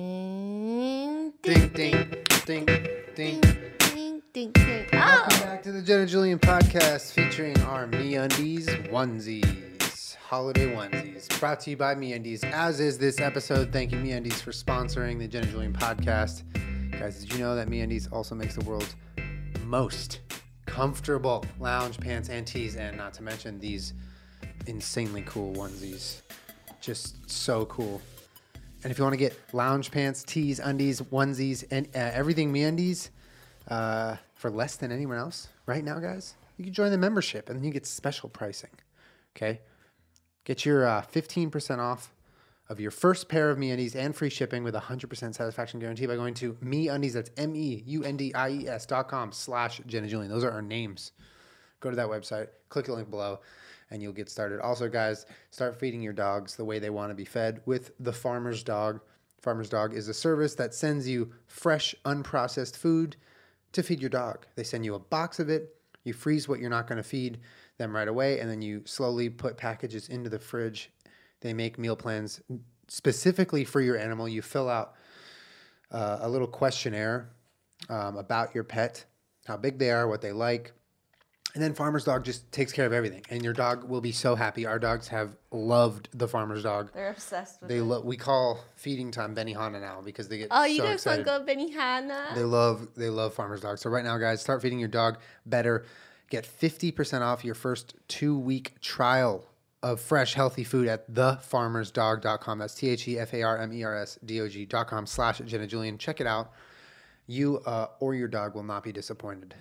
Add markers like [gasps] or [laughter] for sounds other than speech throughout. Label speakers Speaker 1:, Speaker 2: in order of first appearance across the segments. Speaker 1: Ding,
Speaker 2: Ding, ding, ding, ding.
Speaker 1: ding, ding, ding. Oh,
Speaker 2: Welcome back to the Jen and Julian podcast featuring our Me Undies onesies, holiday onesies, brought to you by Me Undies. As is this episode, thank you, Me Undies, for sponsoring the Jen and Julian podcast. Guys, did you know that Me Undies also makes the world's most comfortable lounge pants and tees, and not to mention these insanely cool onesies? Just so cool. And if you want to get lounge pants, tees, undies, onesies, and uh, everything me undies uh, for less than anyone else right now, guys, you can join the membership and then you get special pricing. Okay? Get your uh, 15% off of your first pair of me undies and free shipping with a 100% satisfaction guarantee by going to me undies. That's M E U N D I E S dot com slash Jenna Julian. Those are our names go to that website, click the link below, and you'll get started. Also, guys, start feeding your dogs the way they want to be fed with the Farmer's Dog. Farmer's Dog is a service that sends you fresh, unprocessed food to feed your dog. They send you a box of it, you freeze what you're not going to feed them right away, and then you slowly put packages into the fridge. They make meal plans specifically for your animal. You fill out uh, a little questionnaire um, about your pet, how big they are, what they like, and then Farmer's Dog just takes care of everything, and your dog will be so happy. Our dogs have loved the Farmer's Dog.
Speaker 1: they're obsessed with.
Speaker 2: They lo- we call feeding time Benihana now because they get
Speaker 1: oh, you
Speaker 2: so
Speaker 1: guys want to
Speaker 2: excited.
Speaker 1: go Benihana?
Speaker 2: They love they love Farmer's Dog. So right now, guys, start feeding your dog better. Get fifty percent off your first two week trial of fresh, healthy food at thefarmersdog.com. That's T H E F A R M E R S D O G dot com slash Jenna Julian. Check it out. You uh, or your dog will not be disappointed.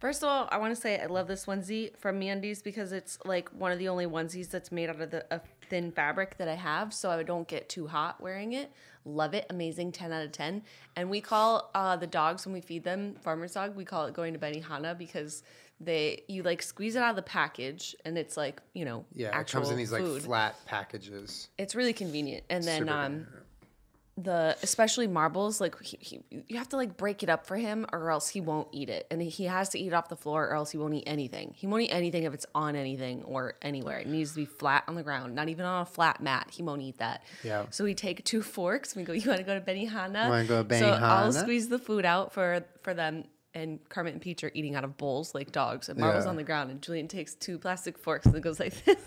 Speaker 1: First of all, I want to say I love this onesie from MeUndies because it's like one of the only onesies that's made out of the a thin fabric that I have, so I don't get too hot wearing it. Love it, amazing, ten out of ten. And we call uh, the dogs when we feed them farmer's dog. We call it going to Benihana because they you like squeeze it out of the package and it's like you know
Speaker 2: Yeah,
Speaker 1: actual
Speaker 2: it comes in these
Speaker 1: food.
Speaker 2: like flat packages.
Speaker 1: it's really convenient and then
Speaker 2: Super
Speaker 1: um the especially marbles like he, he, you have to like break it up for him or else he won't eat it and he has to eat off the floor or else he won't eat anything he won't eat anything if it's on anything or anywhere it needs to be flat on the ground not even on a flat mat he won't eat that
Speaker 2: Yeah.
Speaker 1: so we take two forks and we go you want to go to benihana
Speaker 2: Wanna go to
Speaker 1: so i'll
Speaker 2: Benihana?
Speaker 1: squeeze the food out for for them and Kermit and Peach are eating out of bowls like dogs, and Marvel's
Speaker 2: Yeah.
Speaker 1: on the ground, and Julian takes two plastic forks and goes like this.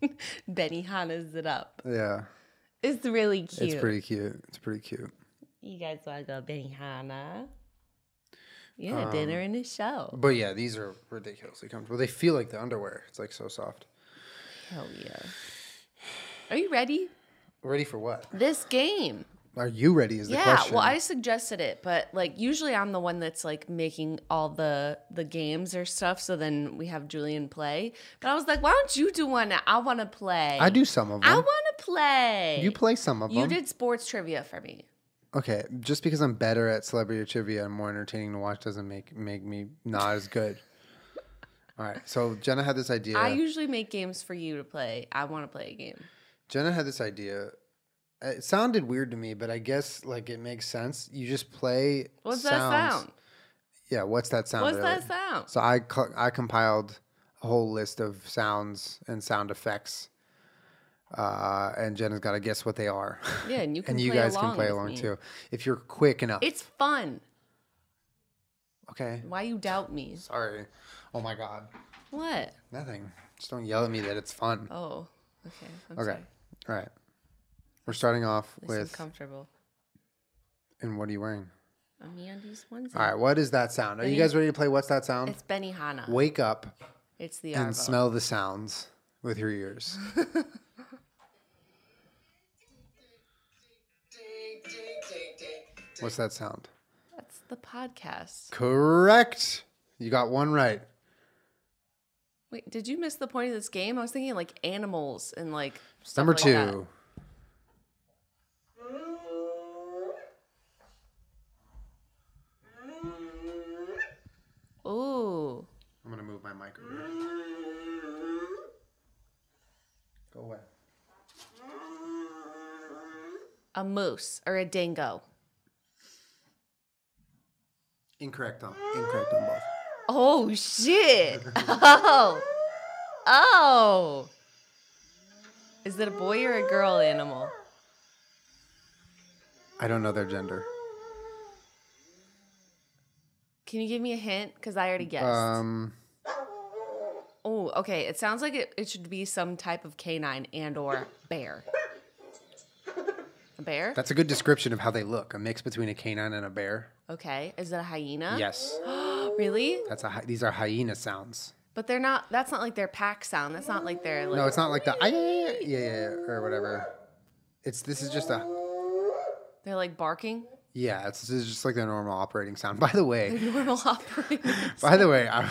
Speaker 1: [laughs] Benihana's it up.
Speaker 2: Yeah.
Speaker 1: It's really cute.
Speaker 2: It's pretty cute. It's pretty cute.
Speaker 1: you guys want to go Benihana? Yeah,
Speaker 2: Um,
Speaker 1: dinner and a show.
Speaker 2: But yeah, these are ridiculously comfortable. They feel like the underwear. It's like so soft.
Speaker 1: Hell yeah. Are you ready?
Speaker 2: Ready for what?
Speaker 1: This game.
Speaker 2: Are you ready? Is the
Speaker 1: yeah,
Speaker 2: question.
Speaker 1: well, I suggested it, but like usually I'm the one that's like making all the the games or stuff. So then we have Julian play. But I was like, why don't you do one? I want to play.
Speaker 2: I do some of them.
Speaker 1: I want to play.
Speaker 2: you play some of
Speaker 1: You
Speaker 2: them.
Speaker 1: did sports trivia for me.
Speaker 2: Okay, just because I'm better at celebrity trivia and more entertaining to watch doesn't make make me not as
Speaker 1: [laughs]
Speaker 2: good. All right, so Jenna had this idea.
Speaker 1: I usually make games for you to play. I want to play a game.
Speaker 2: Jenna had this idea. It sounded weird to me, but I guess like it makes sense. You just play.
Speaker 1: What's that
Speaker 2: sounds.
Speaker 1: sound?
Speaker 2: Yeah, what's that sound?
Speaker 1: What's
Speaker 2: really?
Speaker 1: that sound?
Speaker 2: So I co- I compiled a whole list of sounds and sound effects, uh, and Jenna's got to guess what they are.
Speaker 1: Yeah,
Speaker 2: [laughs]
Speaker 1: and you can
Speaker 2: and you
Speaker 1: play
Speaker 2: guys
Speaker 1: along
Speaker 2: can play
Speaker 1: with
Speaker 2: along
Speaker 1: me.
Speaker 2: too if you're quick enough.
Speaker 1: It's fun.
Speaker 2: okay.
Speaker 1: Why you doubt me?
Speaker 2: Sorry. Oh my God.
Speaker 1: What?
Speaker 2: Nothing. Just don't yell at me that it's fun.
Speaker 1: Oh, okay. I'm
Speaker 2: okay.
Speaker 1: Sorry.
Speaker 2: All right. We're starting off
Speaker 1: This is
Speaker 2: with.
Speaker 1: comfortable.
Speaker 2: and what are you wearing?
Speaker 1: A MeUndies onesie.
Speaker 2: All right. What is that sound? Are you guys ready to play? What's that sound?
Speaker 1: It's Benihana.
Speaker 2: Wake up
Speaker 1: It's the
Speaker 2: and
Speaker 1: Arvo.
Speaker 2: smell the sounds with
Speaker 1: [laughs]
Speaker 2: your ears. What's that sound?
Speaker 1: That's the podcast.
Speaker 2: Correct. You got one right.
Speaker 1: Wait, did you miss the point of this game? I was thinking like animals and like stuff
Speaker 2: Number
Speaker 1: like
Speaker 2: two.
Speaker 1: that. Ooh,
Speaker 2: I'm gonna move my mic over. Here. Go away.
Speaker 1: a moose or a dingo.
Speaker 2: Incorrect on incorrect on both.
Speaker 1: Oh
Speaker 2: [laughs]
Speaker 1: shit! Oh, oh. Is it a boy or a girl animal?
Speaker 2: I don't know their gender.
Speaker 1: Can you give me a hint? Because I already guessed.
Speaker 2: Um,
Speaker 1: oh, okay. It sounds like it, it should be some type of canine and or bear. A bear?
Speaker 2: that's a good description of how they look. A mix between a canine and a bear.
Speaker 1: Okay. Is it a hyena?
Speaker 2: Yes,
Speaker 1: [gasps] really?
Speaker 2: that's a. hy- These are hyena sounds.
Speaker 1: But they're not. That's not like their pack sound. That's not like their. Like,
Speaker 2: No, it's not like the "Ah, yeah, yeah, yeah, yeah, yeah," or whatever. It's this is just a
Speaker 1: They're like barking. [laughs]
Speaker 2: yeah. It's, this is just like the normal operating sound. [laughs] By the way,
Speaker 1: Normal operating.
Speaker 2: by the way, I, I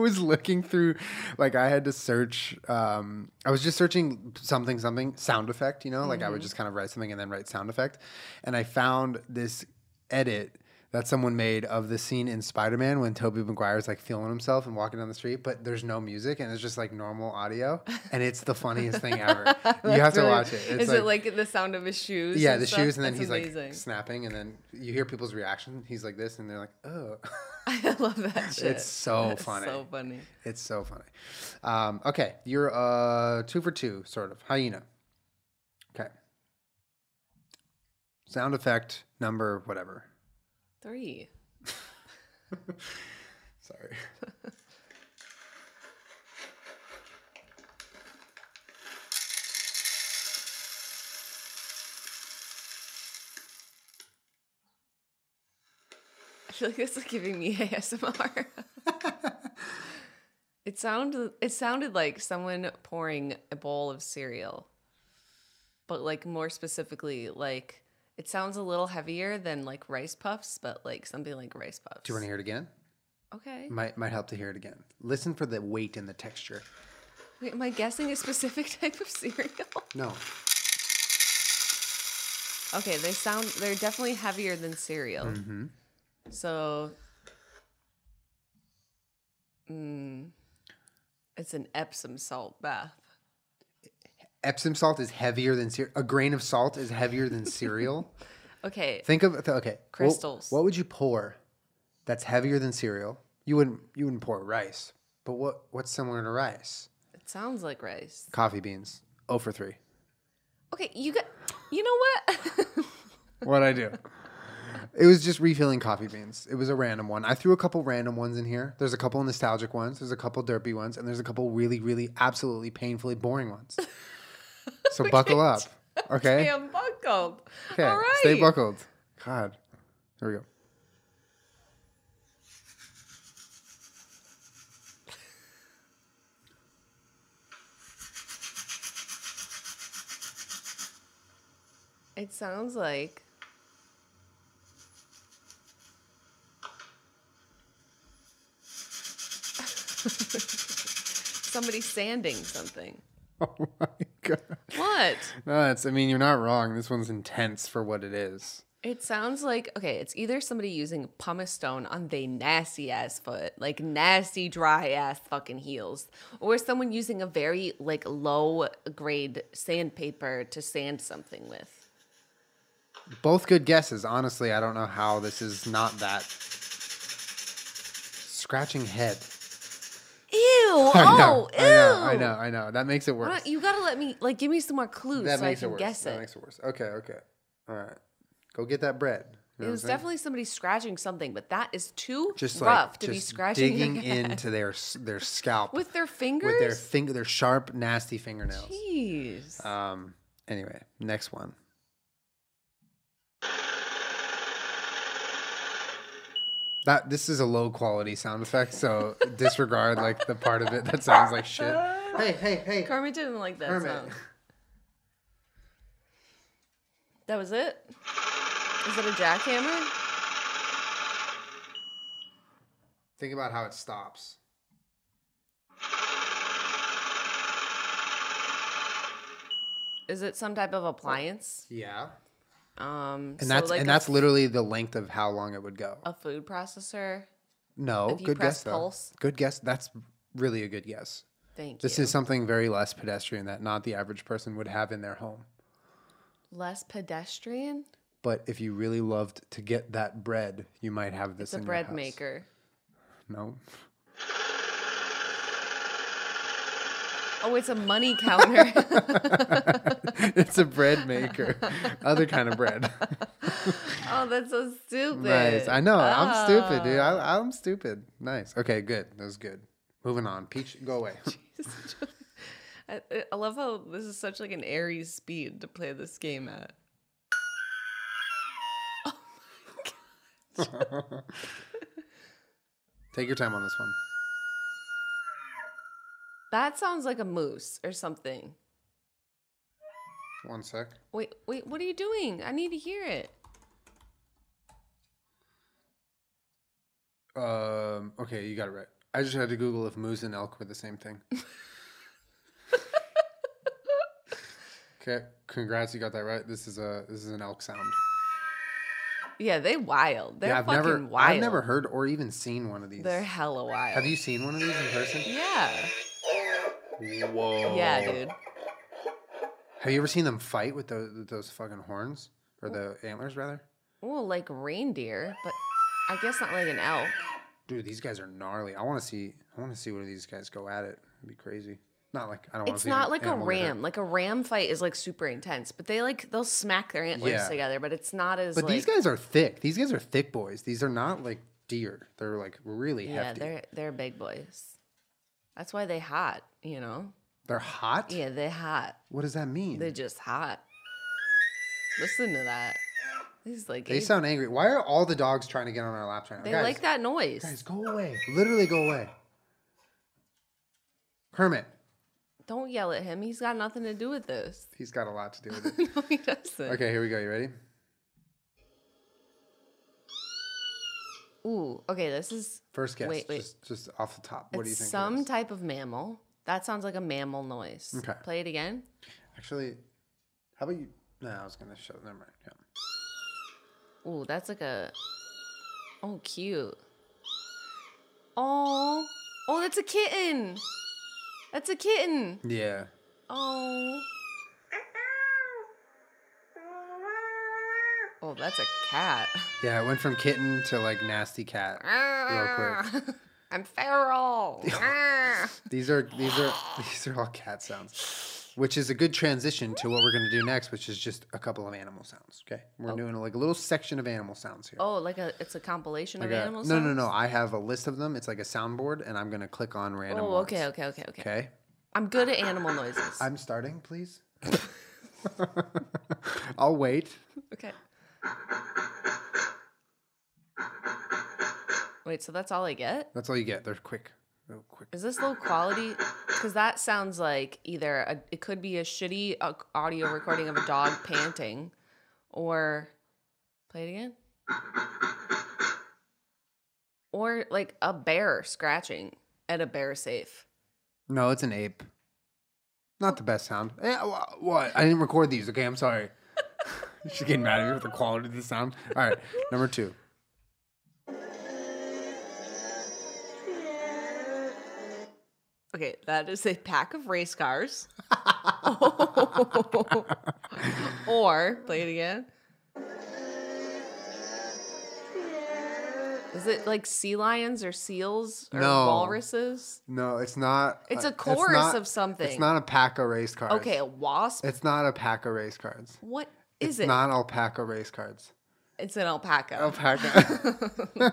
Speaker 2: was looking through, like I had to search. Um, I was just searching something something sound effect. You know, like I
Speaker 1: Mm-hmm.
Speaker 2: would just kind of write something and then write sound effect, and I found this edit. That someone made of the scene in Spider Man when Tobey Maguire's like feeling himself and walking down the street, but there's no music and it's just like normal audio, and it's the funniest thing
Speaker 1: [laughs]
Speaker 2: ever. you have to
Speaker 1: Really-
Speaker 2: watch it. [laughs] It's
Speaker 1: is it like the sound of his shoes?
Speaker 2: Yeah,
Speaker 1: and
Speaker 2: the
Speaker 1: stuff?
Speaker 2: shoes, and then
Speaker 1: That's
Speaker 2: he's
Speaker 1: amazing. [laughs]
Speaker 2: [laughs] like snapping, and then you hear people's reaction. He's like this, and they're like, "Oh, [laughs]
Speaker 1: I love that shit.
Speaker 2: it's so
Speaker 1: That's
Speaker 2: funny!
Speaker 1: So funny.
Speaker 2: It's so funny." Um, okay, you're uh, two for two, sort of hyena. Okay, sound effect number whatever.
Speaker 1: Three.
Speaker 2: Sorry.
Speaker 1: I feel like this is giving me [laughs]
Speaker 2: [laughs]
Speaker 1: ASMR. it sounded. It sounded like someone pouring a bowl of cereal, but like more specifically, like it sounds a little heavier than like rice puffs, but like something like rice puffs.
Speaker 2: Do you want to hear it again?
Speaker 1: Okay.
Speaker 2: Might might help to hear it again. Listen for the weight and the texture.
Speaker 1: Wait, am I guessing a specific [laughs] type of cereal?
Speaker 2: No,
Speaker 1: Okay, they sound they're definitely heavier than cereal.
Speaker 2: Mm-hmm.
Speaker 1: So mm, it's an Epsom salt bath.
Speaker 2: Epsom salt is heavier than cereal. A grain of salt is heavier than cereal.
Speaker 1: Okay.
Speaker 2: Think of th- okay what-
Speaker 1: Crystals.
Speaker 2: What, would you pour that's heavier than cereal? You wouldn't you wouldn't pour rice, but what what's similar to rice?
Speaker 1: It sounds like rice.
Speaker 2: Coffee beans. Oh for three.
Speaker 1: Okay, you got you know what? [laughs]
Speaker 2: What I do? It was just refilling coffee beans. It was a random one. I threw a couple random ones in here. There's a couple nostalgic ones. There's a couple derpy ones, and there's a couple really, really, absolutely painfully boring ones.
Speaker 1: [laughs]
Speaker 2: So buckle up, okay?
Speaker 1: I'm buckled.
Speaker 2: Okay,
Speaker 1: All right.
Speaker 2: stay buckled. God, there we go. [laughs]
Speaker 1: It sounds like [laughs] somebody sanding something.
Speaker 2: Oh my god.
Speaker 1: What?
Speaker 2: No, that's. I mean, you're not wrong. This one's intense for what it is.
Speaker 1: It sounds like okay, it's either somebody using a pumice stone on they nasty ass foot, like nasty dry ass fucking heels, or someone using a very like low grade sandpaper to sand something with.
Speaker 2: Both good guesses. Honestly, I don't know how this is not that. Scratching head.
Speaker 1: Ew!
Speaker 2: [laughs] I know,
Speaker 1: Oh, ew!
Speaker 2: I know. I know. I know. That makes it
Speaker 1: Why
Speaker 2: worse.
Speaker 1: don't- You gotta let me like give me some more clues
Speaker 2: that
Speaker 1: so
Speaker 2: makes
Speaker 1: I can
Speaker 2: it worse.
Speaker 1: guess
Speaker 2: That
Speaker 1: it.
Speaker 2: makes it worse. Okay. Okay. All right. Go get that bread. You know
Speaker 1: It
Speaker 2: what
Speaker 1: was
Speaker 2: I'm saying?
Speaker 1: definitely somebody scratching something, but that is too
Speaker 2: just
Speaker 1: rough
Speaker 2: like
Speaker 1: to be
Speaker 2: just
Speaker 1: scratching
Speaker 2: digging
Speaker 1: like [laughs] that.
Speaker 2: into their s- their scalp
Speaker 1: with their fingers.
Speaker 2: with their finger, their sharp, nasty fingernails.
Speaker 1: Jeez.
Speaker 2: Um. Anyway, next one. That this is a low quality sound
Speaker 1: [laughs]
Speaker 2: effect, so disregard like the part of it that sounds like shit. Hey, hey, hey,
Speaker 1: Kermit didn't like that
Speaker 2: Kermit.
Speaker 1: sound. That was it. Is that a jackhammer?
Speaker 2: Think about how it stops.
Speaker 1: Is it some type of appliance?
Speaker 2: Yeah,
Speaker 1: Um,
Speaker 2: and that's
Speaker 1: like
Speaker 2: and
Speaker 1: a,
Speaker 2: that's literally the length of how long it would go.
Speaker 1: a food processor.
Speaker 2: No,
Speaker 1: if you
Speaker 2: good
Speaker 1: press
Speaker 2: guess though.
Speaker 1: pulse.
Speaker 2: Good guess. That's really a good guess.
Speaker 1: Thank
Speaker 2: This
Speaker 1: you.
Speaker 2: is something very less pedestrian that not the average person would have in their home.
Speaker 1: less pedestrian.
Speaker 2: But if you really loved to get that bread, you might have this.
Speaker 1: It's a
Speaker 2: in your
Speaker 1: bread
Speaker 2: house.
Speaker 1: maker.
Speaker 2: No. [laughs] [laughs]
Speaker 1: Oh, it's a money counter.
Speaker 2: it's a bread maker. Other kind
Speaker 1: [laughs]
Speaker 2: of bread.
Speaker 1: Oh, that's so stupid.
Speaker 2: nice. I know. I'm stupid,
Speaker 1: [laughs]
Speaker 2: dude.
Speaker 1: Oh.
Speaker 2: I, I'm stupid. Nice. Okay, good. That was good. Moving on. Peach, go
Speaker 1: [laughs]
Speaker 2: away.
Speaker 1: I, I love how this is such like an airy speed to play this game at.
Speaker 2: Take your time on this one.
Speaker 1: That sounds like a moose or something.
Speaker 2: One sec.
Speaker 1: Wait, wait, what are you doing? I need to hear it.
Speaker 2: Um, okay, you got it right. I just had to Google if moose and elk were the same thing. okay, congrats, you got that right. This is a this is an elk sound.
Speaker 1: Yeah, they wild. They're
Speaker 2: yeah, I've
Speaker 1: fucking
Speaker 2: never
Speaker 1: wild.
Speaker 2: I've never heard or even seen one of these.
Speaker 1: They're hella wild.
Speaker 2: Have you seen one of these in person?
Speaker 1: Yeah.
Speaker 2: Whoa.
Speaker 1: Yeah, dude.
Speaker 2: Have you ever seen them fight with those with those fucking horns or the antlers rather?
Speaker 1: Well, like reindeer, but I guess not like an elk.
Speaker 2: Dude, these guys are gnarly. I want to see I want to see one of these guys go at it. It'd be crazy. Not like I don't. wanna
Speaker 1: It's
Speaker 2: see an
Speaker 1: not like a
Speaker 2: animal get hurt.
Speaker 1: ram. Like a ram fight is like super intense, but they like they'll smack their antlers
Speaker 2: Yeah.
Speaker 1: together. But it's not as
Speaker 2: But
Speaker 1: like
Speaker 2: these guys are thick. These guys are thick boys. These are not like deer. They're like really
Speaker 1: yeah,
Speaker 2: hefty. They're,
Speaker 1: they're they're big boys. That's why they hot, you know.
Speaker 2: hot.
Speaker 1: Yeah, they hot.
Speaker 2: What does that mean?
Speaker 1: They're
Speaker 2: They,
Speaker 1: just hot. Listen to that. He's like "Hey,
Speaker 2: sound angry. Why are all the dogs trying to get on our laps right now?
Speaker 1: they
Speaker 2: guys,
Speaker 1: like that noise.
Speaker 2: Guys, go away. Literally go away. Kermit.
Speaker 1: Don't yell at him. He's got nothing to do with
Speaker 2: [laughs]
Speaker 1: this. [laughs]
Speaker 2: He's got a lot to do with it.
Speaker 1: no, he doesn't.
Speaker 2: Okay, here we go. You ready?
Speaker 1: Ooh, okay. This is
Speaker 2: First guess.
Speaker 1: Wait, wait.
Speaker 2: Just, just off the top. What do you
Speaker 1: it's
Speaker 2: think? it
Speaker 1: some
Speaker 2: is?
Speaker 1: type of mammal. That sounds like a mammal noise.
Speaker 2: Okay.
Speaker 1: Play it again.
Speaker 2: Actually, how about you? No, I was gonna show. Never mind. Yeah.
Speaker 1: Ooh, that's like a. Oh, cute. Oh, oh, that's a kitten. That's a kitten.
Speaker 2: Yeah.
Speaker 1: Oh. Oh, that's a cat.
Speaker 2: Yeah. It went from kitten to like nasty cat. Real
Speaker 1: [laughs] I'm feral. [laughs] Ah.
Speaker 2: These are these are [laughs] these are all cat sounds, which is a good transition to what we're going to do next, which is just a couple of animal sounds. Okay, we're doing like a little section of animal sounds here.
Speaker 1: oh, like a it's a compilation
Speaker 2: Like
Speaker 1: of
Speaker 2: a-
Speaker 1: animals.
Speaker 2: no, no, no. I have a list of them. It's like a soundboard, and I'm going to click on random.
Speaker 1: Oh,
Speaker 2: ones.
Speaker 1: okay, okay, okay, okay.
Speaker 2: Okay,
Speaker 1: I'm good at animal noises.
Speaker 2: I'm starting, please. [laughs] I'll wait.
Speaker 1: okay. Wait, so that's all I get?
Speaker 2: That's all you get. They're quick. They're quick.
Speaker 1: Is this low quality? Because that sounds like either a, it could be a shitty uh, audio recording of a dog panting, or play it again, or like a bear scratching at a bear safe.
Speaker 2: No, it's an ape. Not the best sound. Eh, wha- what? I didn't record these. Okay, I'm sorry. [laughs] She's getting mad at me with the quality of the sound. All right, number two.
Speaker 1: [laughs] Okay, that is a pack of race cars. [laughs] or play it again. Is it like sea lions or seals or
Speaker 2: No.
Speaker 1: walruses?
Speaker 2: No, it's not.
Speaker 1: It's
Speaker 2: uh,
Speaker 1: a chorus
Speaker 2: not-
Speaker 1: of something.
Speaker 2: It's not a pack of race cards.
Speaker 1: Okay, a wasp.
Speaker 2: It's not a pack of race cards.
Speaker 1: what is
Speaker 2: it's
Speaker 1: it?
Speaker 2: Not alpaca race cards.
Speaker 1: it's an alpaca.
Speaker 2: Alpaca.
Speaker 1: [laughs]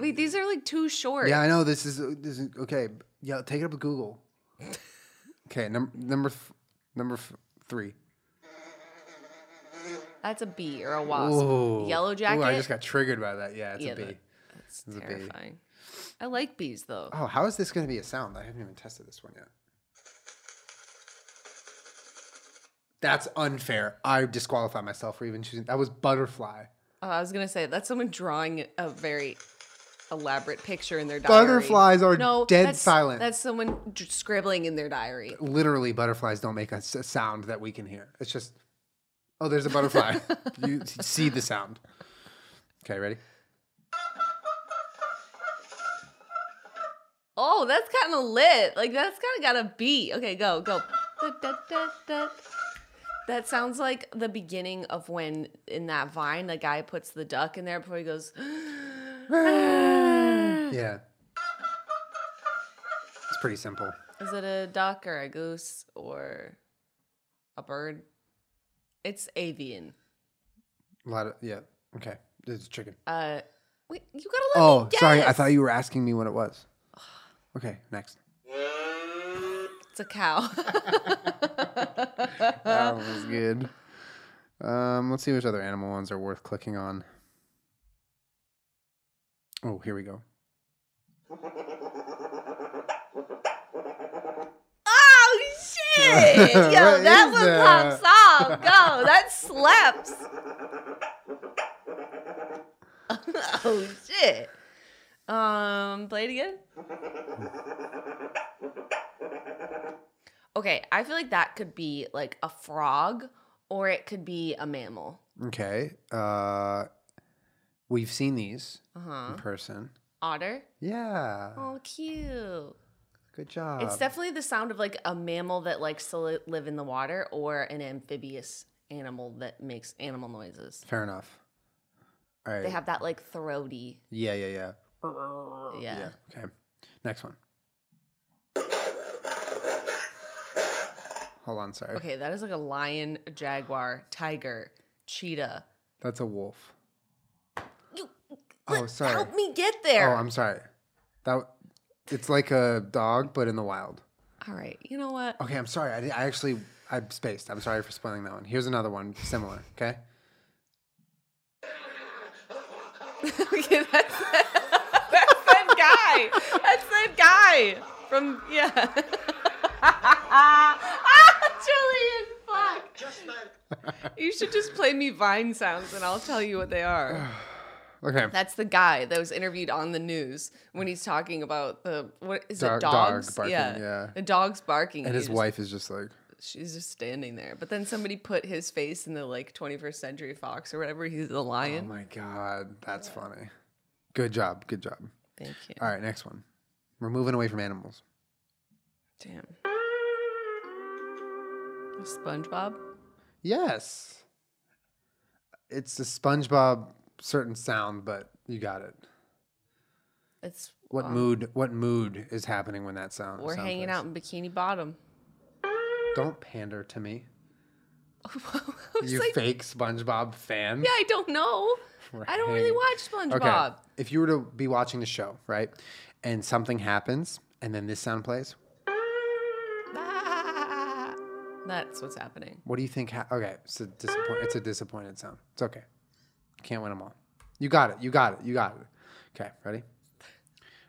Speaker 1: Wait, these are like too short.
Speaker 2: [laughs] yeah, I know. This is this is okay. Yeah, take it up with Google. Okay, num- number f- number f- three.
Speaker 1: That's a bee or a wasp. Yellow jacket.
Speaker 2: Ooh, I just got triggered by that. Yeah, it's
Speaker 1: Yeah,
Speaker 2: a bee.
Speaker 1: that- That's
Speaker 2: a bee.
Speaker 1: terrifying. I like bees though.
Speaker 2: Oh, how is this going to be a sound? I haven't even tested this one yet. That's unfair. I disqualify myself for even choosing. That was butterfly.
Speaker 1: Oh, I was gonna say that's someone drawing a very elaborate picture in their diary.
Speaker 2: Butterflies are dead
Speaker 1: that's-
Speaker 2: silent.
Speaker 1: That's someone d- scribbling in their diary.
Speaker 2: Literally, butterflies don't make a, s- a sound that we can hear. It's just, oh, there's
Speaker 1: [laughs]
Speaker 2: a butterfly. you s- see the sound.
Speaker 1: [sighs]
Speaker 2: Okay, ready?
Speaker 1: Oh, that's kind of lit. Like that's kind of got a beat. Okay, go go. Da, da, da, da. That sounds like the beginning of when in that vine the guy puts the duck in there before he goes. [gasps] Is
Speaker 2: Yeah. It's pretty simple.
Speaker 1: it a duck or a goose or a bird. It's avian.
Speaker 2: A lot of yeah. Okay, it's chicken.
Speaker 1: Uh, wait, you gotta let me
Speaker 2: Oh, sorry. I
Speaker 1: guess.
Speaker 2: thought you were asking me what
Speaker 1: [sighs]
Speaker 2: it was. Okay, next.
Speaker 1: it's a cow. [laughs] Uh,
Speaker 2: That was good. Um, let's see which other animal ones are worth clicking on. Oh, here we go.
Speaker 1: oh
Speaker 2: [laughs]
Speaker 1: shit! Yo,
Speaker 2: What
Speaker 1: that
Speaker 2: is
Speaker 1: was
Speaker 2: that?
Speaker 1: Pop's song. Go, that slaps.
Speaker 2: [laughs]
Speaker 1: [laughs] oh shit. Um, play it again. Okay, I feel like that could be like a frog, or it could be a mammal.
Speaker 2: Okay. Uh, we've seen these
Speaker 1: Uh huh.
Speaker 2: in person.
Speaker 1: Otter.
Speaker 2: Yeah.
Speaker 1: Oh, cute.
Speaker 2: Good job.
Speaker 1: It's definitely the sound of like a mammal that likes to li- live in the water or an amphibious animal that makes animal noises.
Speaker 2: Fair enough. All right.
Speaker 1: They have that like throaty.
Speaker 2: yeah, yeah, yeah,
Speaker 1: Yeah.
Speaker 2: yeah. Okay. Next one. Hold on. Sorry.
Speaker 1: Okay, that is like a lion, a jaguar, tiger, cheetah.
Speaker 2: That's a wolf.
Speaker 1: You
Speaker 2: Oh,
Speaker 1: let-
Speaker 2: sorry.
Speaker 1: help me get
Speaker 2: Oh,
Speaker 1: there.
Speaker 2: I'm sorry. That it's like a dog, but in the wild.
Speaker 1: All right. You know what?
Speaker 2: Okay, I'm sorry. I, di- I actually I spaced. I'm sorry for spoiling that one. Here's another one similar. Okay.
Speaker 1: okay, that's, that's that guy. That's that guy from yeah. [laughs] ah, Julian, fuck. You should just play me Vine sounds and I'll tell you what they are.
Speaker 2: Okay.
Speaker 1: That's the guy that was interviewed on the news when he's talking about the what is
Speaker 2: Dog-
Speaker 1: it
Speaker 2: dog
Speaker 1: dogs?
Speaker 2: barking, yeah.
Speaker 1: the dogs barking.
Speaker 2: and
Speaker 1: you
Speaker 2: his
Speaker 1: just-
Speaker 2: wife is just like,
Speaker 1: she's just standing there. But then somebody put his face in the like 21st Century Fox or whatever. He's the
Speaker 2: oh
Speaker 1: lion.
Speaker 2: my god, that's funny. Good job. Good job.
Speaker 1: Thank you.
Speaker 2: All right, next one. We're moving away from animals.
Speaker 1: Damn. SpongeBob.
Speaker 2: Yes. It's a SpongeBob certain sound, but you got it.
Speaker 1: It's
Speaker 2: What
Speaker 1: um,
Speaker 2: mood? What mood is happening when that sound?
Speaker 1: We're
Speaker 2: sound
Speaker 1: hanging
Speaker 2: plays?
Speaker 1: out in Bikini Bottom. [laughs]
Speaker 2: Don't pander to me.
Speaker 1: I was
Speaker 2: You
Speaker 1: like,
Speaker 2: fake SpongeBob fan.
Speaker 1: yeah, I don't know.
Speaker 2: We're
Speaker 1: I don't really
Speaker 2: hanging-
Speaker 1: watch SpongeBob. [laughs]
Speaker 2: If you were to be watching the show, right, and something happens, and then this sound plays,
Speaker 1: Ah. That's what's happening.
Speaker 2: what do you think? Ha- okay, it's a disappoint. It's a disappointed sound. It's okay. Can't win them all. You got it. You got it. You got it. Okay, ready.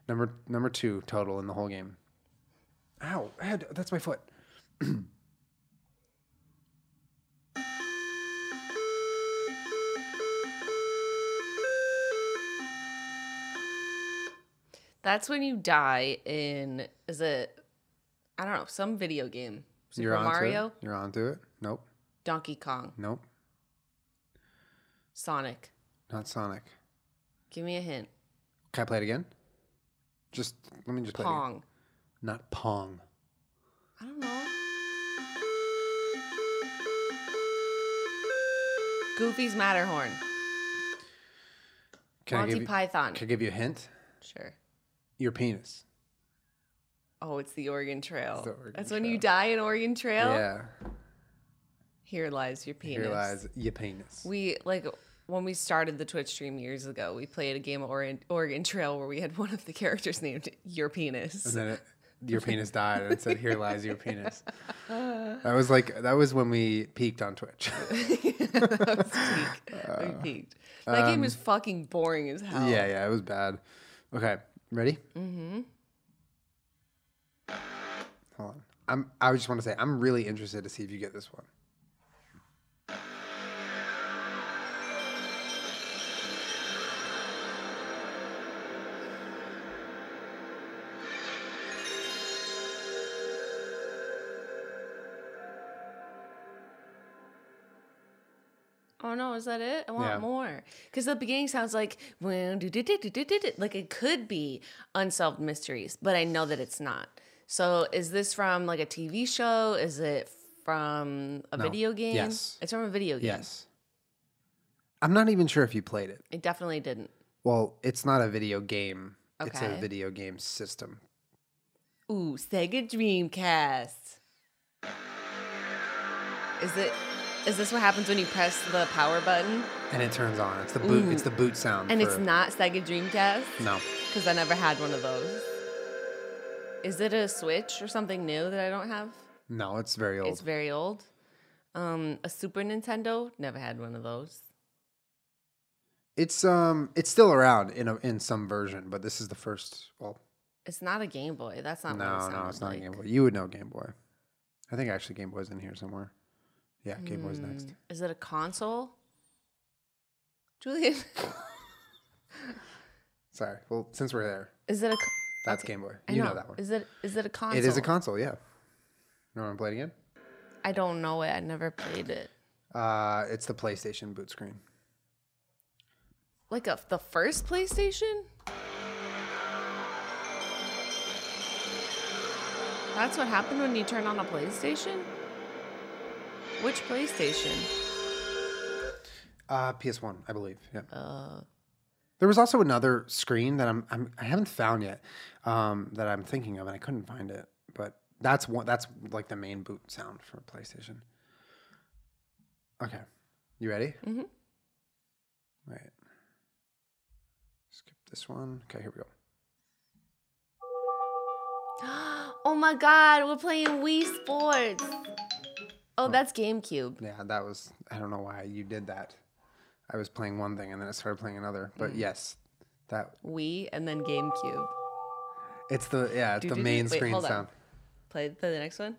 Speaker 2: Number number two total in the whole game. Ow! I had- that's my foot.
Speaker 1: That's when you die in is it I don't know, some video game. Super
Speaker 2: You're on
Speaker 1: Mario,
Speaker 2: it. You're onto it. Nope.
Speaker 1: Donkey Kong,
Speaker 2: Nope.
Speaker 1: Sonic.
Speaker 2: Not Sonic.
Speaker 1: Give me a hint.
Speaker 2: Can I play it again? Just let me just play it. Again.
Speaker 1: Pong.
Speaker 2: Not Pong.
Speaker 1: I don't know. Goofy's Matterhorn.
Speaker 2: Can I
Speaker 1: Monty
Speaker 2: give you,
Speaker 1: Python.
Speaker 2: Can I give you a hint?
Speaker 1: Sure.
Speaker 2: Your penis.
Speaker 1: Oh, it's the Oregon Trail.
Speaker 2: the Oregon
Speaker 1: That's when you
Speaker 2: Trail.
Speaker 1: die in Oregon Trail.
Speaker 2: Yeah.
Speaker 1: Here lies your penis.
Speaker 2: Here lies your penis.
Speaker 1: We like when we started the Twitch stream years ago. We played a game of Oregon, Oregon Trail where we had one of the [laughs] characters named Your
Speaker 2: and
Speaker 1: Penis. [laughs]
Speaker 2: then it, your penis died, and it said, "Here lies your penis." That was like that was when we peaked on Twitch. [laughs]
Speaker 1: that was peak. we peaked.
Speaker 2: Uh,
Speaker 1: That
Speaker 2: um,
Speaker 1: game is fucking boring as hell.
Speaker 2: yeah, yeah, it was bad. Okay, ready? Mm-hmm. Hold on. I'm. I just want to say I'm really interested to see if you get this one.
Speaker 1: Oh no, is that it? I want
Speaker 2: Yeah.
Speaker 1: more. Because the beginning sounds like "Well, do, do, do, do, do, do, do," like it could be unsolved mysteries, but I know that it's not. So is this from like a TV show? Is it from a
Speaker 2: No.
Speaker 1: video game?
Speaker 2: Yes.
Speaker 1: It's from a video game.
Speaker 2: Yes. I'm not even sure if you played it.
Speaker 1: It definitely didn't.
Speaker 2: Well, it's not a video game. It's a
Speaker 1: Okay.
Speaker 2: video game system.
Speaker 1: Ooh, Sega Dreamcast. Is it? Is this what happens when you press the power button?
Speaker 2: and it turns on. It's the boot.
Speaker 1: Ooh.
Speaker 2: It's the boot sound.
Speaker 1: And it's
Speaker 2: for-
Speaker 1: not Sega Dreamcast
Speaker 2: No,
Speaker 1: because I never had one of those. Is it a Switch or something new that I don't have?
Speaker 2: no, it's very old.
Speaker 1: It's very old. Um, a Super Nintendo. Never had one of those.
Speaker 2: It's um, it's still around in a, in some version, but this is the first. Well,
Speaker 1: It's not a Game Boy. That's not. what
Speaker 2: no,
Speaker 1: it
Speaker 2: no, it's
Speaker 1: sounds
Speaker 2: not
Speaker 1: like.
Speaker 2: a Game Boy. You would know Game Boy. I think actually Game Boy's in here somewhere. Yeah, Game Boy's next.
Speaker 1: Hmm. Is it a console? [laughs] Julian,
Speaker 2: Sorry. Well, since we're there,
Speaker 1: is it a? co-
Speaker 2: that's
Speaker 1: Okay,
Speaker 2: Game Boy.
Speaker 1: I
Speaker 2: You know. that one.
Speaker 1: Is it? Is it a console?
Speaker 2: It is a console. Yeah. You want to play it again?
Speaker 1: I don't know it. I never played it.
Speaker 2: Uh, it's the PlayStation boot screen.
Speaker 1: Like a, the first PlayStation? That's what happened when you turn on a PlayStation? Which PlayStation?
Speaker 2: Uh, PS One, I believe. Yeah.
Speaker 1: Uh,
Speaker 2: There was also another screen that I'm, I'm I haven't found yet um, that I'm thinking of, and I couldn't find it. But that's one that's like the main boot sound for PlayStation. Okay, you ready?
Speaker 1: Mhm.
Speaker 2: Wait. Skip this one. Okay, here we go.
Speaker 1: oh my god, we're playing Wii Sports. Oh, that's GameCube.
Speaker 2: Yeah, that was I don't know why you did that. I was playing one thing and then I started playing another.
Speaker 1: Mm.
Speaker 2: But yes, that
Speaker 1: Wii and then GameCube.
Speaker 2: it's the yeah it's
Speaker 1: Do,
Speaker 2: the
Speaker 1: do, do.
Speaker 2: main
Speaker 1: Wait,
Speaker 2: screen
Speaker 1: hold on.
Speaker 2: sound. [laughs]
Speaker 1: Play, play the next one.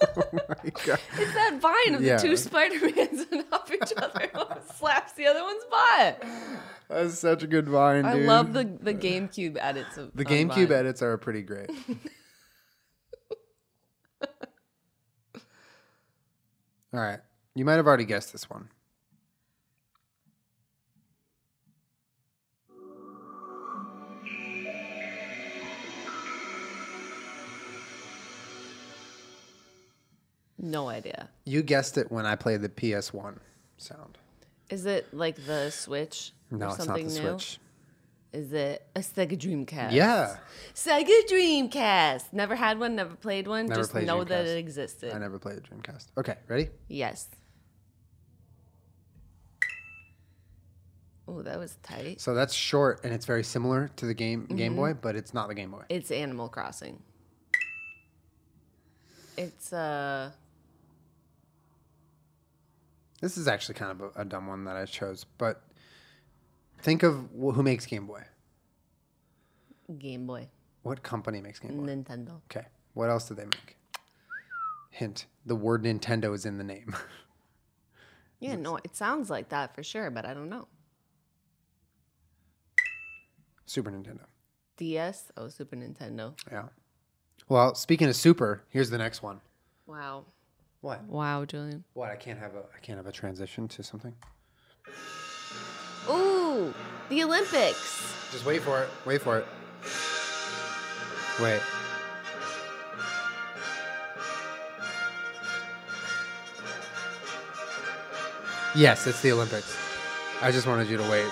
Speaker 2: Oh my God.
Speaker 1: It's that vine of
Speaker 2: Yeah.
Speaker 1: the two Spider-Mans [laughs] on top of each other. [laughs] One slaps the other one's butt.
Speaker 2: That's such a good vine,
Speaker 1: I
Speaker 2: dude.
Speaker 1: love the, the GameCube edits of
Speaker 2: The
Speaker 1: on
Speaker 2: GameCube
Speaker 1: Vine.
Speaker 2: edits are
Speaker 1: [laughs]
Speaker 2: pretty great. All right. You might have already guessed this one.
Speaker 1: No idea.
Speaker 2: You guessed it when I played the PS1 sound.
Speaker 1: Is it like the Switch?
Speaker 2: No,
Speaker 1: or
Speaker 2: it's not
Speaker 1: something
Speaker 2: the
Speaker 1: new?
Speaker 2: Switch.
Speaker 1: Is it a Sega Dreamcast?
Speaker 2: Yeah.
Speaker 1: Sega Dreamcast. Never had one, never played one.
Speaker 2: Never
Speaker 1: Just
Speaker 2: played
Speaker 1: know that
Speaker 2: Dreamcast.
Speaker 1: it existed.
Speaker 2: I never played the Dreamcast. Okay, ready?
Speaker 1: Yes. Oh, that was tight.
Speaker 2: So that's short and it's very similar to the game
Speaker 1: Mm-hmm.
Speaker 2: Game Boy, but it's not the Game Boy.
Speaker 1: It's Animal Crossing. It's uh
Speaker 2: This is actually kind of a, a dumb one that I chose, but think of wh- who makes Game Boy.
Speaker 1: Game Boy,
Speaker 2: What company makes Game Boy?
Speaker 1: Nintendo.
Speaker 2: Okay. What else did they make? Hint: the word Nintendo is in the name. [laughs]
Speaker 1: Yeah, no, it sounds like that for sure, but I don't know.
Speaker 2: Super Nintendo.
Speaker 1: DS, oh Super Nintendo.
Speaker 2: Yeah. Well, speaking of Super, here's the next one.
Speaker 1: Wow.
Speaker 2: What?
Speaker 1: Wow, Julian.
Speaker 2: What? I can't have a I can't have a transition to something.
Speaker 1: Ooh, the Olympics.
Speaker 2: Just wait for it. Wait for it. Wait. Yes, it's the Olympics. I just wanted you to wait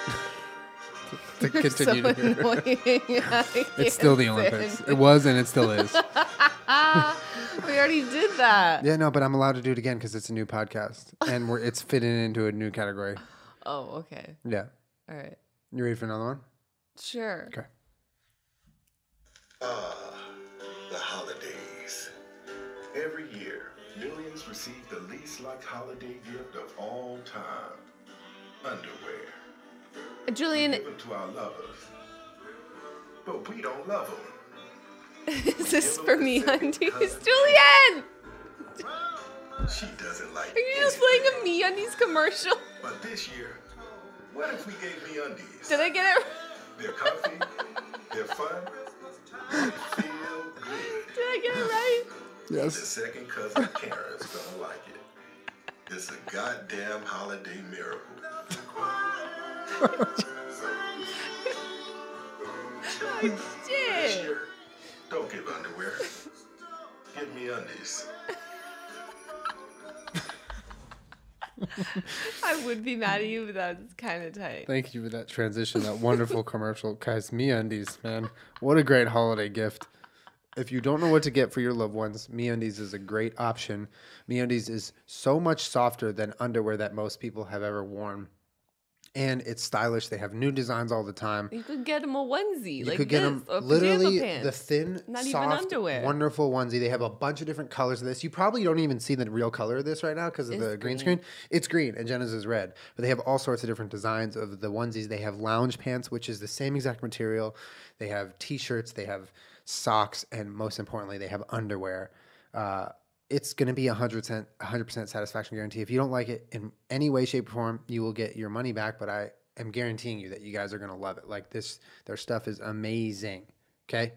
Speaker 2: [laughs] to continue to
Speaker 1: [laughs]
Speaker 2: hear. [laughs] It's still the Olympics. It was and it still is.
Speaker 1: Ah, we already did that.
Speaker 2: [laughs] Yeah, no, but I'm allowed to do it again because it's a new podcast and we're it's fitting into a new category.
Speaker 1: Oh, okay.
Speaker 2: Yeah.
Speaker 1: All right.
Speaker 2: You ready for another one?
Speaker 1: Sure.
Speaker 2: Okay.
Speaker 3: Ah, the holidays. Every year, millions receive the least like holiday gift of all time underwear.
Speaker 1: Julian, [laughs]
Speaker 3: Given to our lovers. But we don't love them.
Speaker 1: is this for me [laughs] undies? Julian!
Speaker 3: She doesn't like
Speaker 1: Are you just
Speaker 3: anything.
Speaker 1: playing a me undies commercial?
Speaker 3: But this year, what if we gave me
Speaker 1: [laughs]
Speaker 3: undies?
Speaker 1: Did I get it? [laughs]
Speaker 3: They're comfy, they're fun, they feel good.
Speaker 1: Did I get it right?
Speaker 3: The
Speaker 2: Yes.
Speaker 3: second cousin Karen's gonna like it. It's a goddamn holiday miracle.
Speaker 1: Oh, shit.
Speaker 3: Here, don't give underwear. Give me undies.
Speaker 4: I would be mad at you, but that's kind of tight.
Speaker 2: Thank you for that transition, that wonderful commercial. Guys, Me Undies, man. What a great holiday gift. If you don't know what to get for your loved ones, Me Undies is a great option. Me Undies is so much softer than underwear that most people have ever worn. And it's stylish. They have new designs all the time.
Speaker 4: You could get him a onesie.
Speaker 2: You
Speaker 4: like
Speaker 2: could get
Speaker 4: this,
Speaker 2: them
Speaker 4: or pajama
Speaker 2: literally
Speaker 4: pants.
Speaker 2: the thin,
Speaker 4: Not even
Speaker 2: soft,
Speaker 4: underwear.
Speaker 2: wonderful onesie. They have a bunch of different colors of this. You probably don't even see the real color of this right now because of the green screen. It's green and Jenna's is red, but they have all sorts of different designs of the onesies. They have lounge pants, which is the same exact material. They have t-shirts. They have socks, and most importantly, they have underwear. Uh, it's going to be a hundred percent, hundred percent satisfaction guarantee. If you don't like it in any way, shape, or form, you will get your money back. But I am guaranteeing you that you guys are going to love it. Like this, their stuff is amazing. Okay.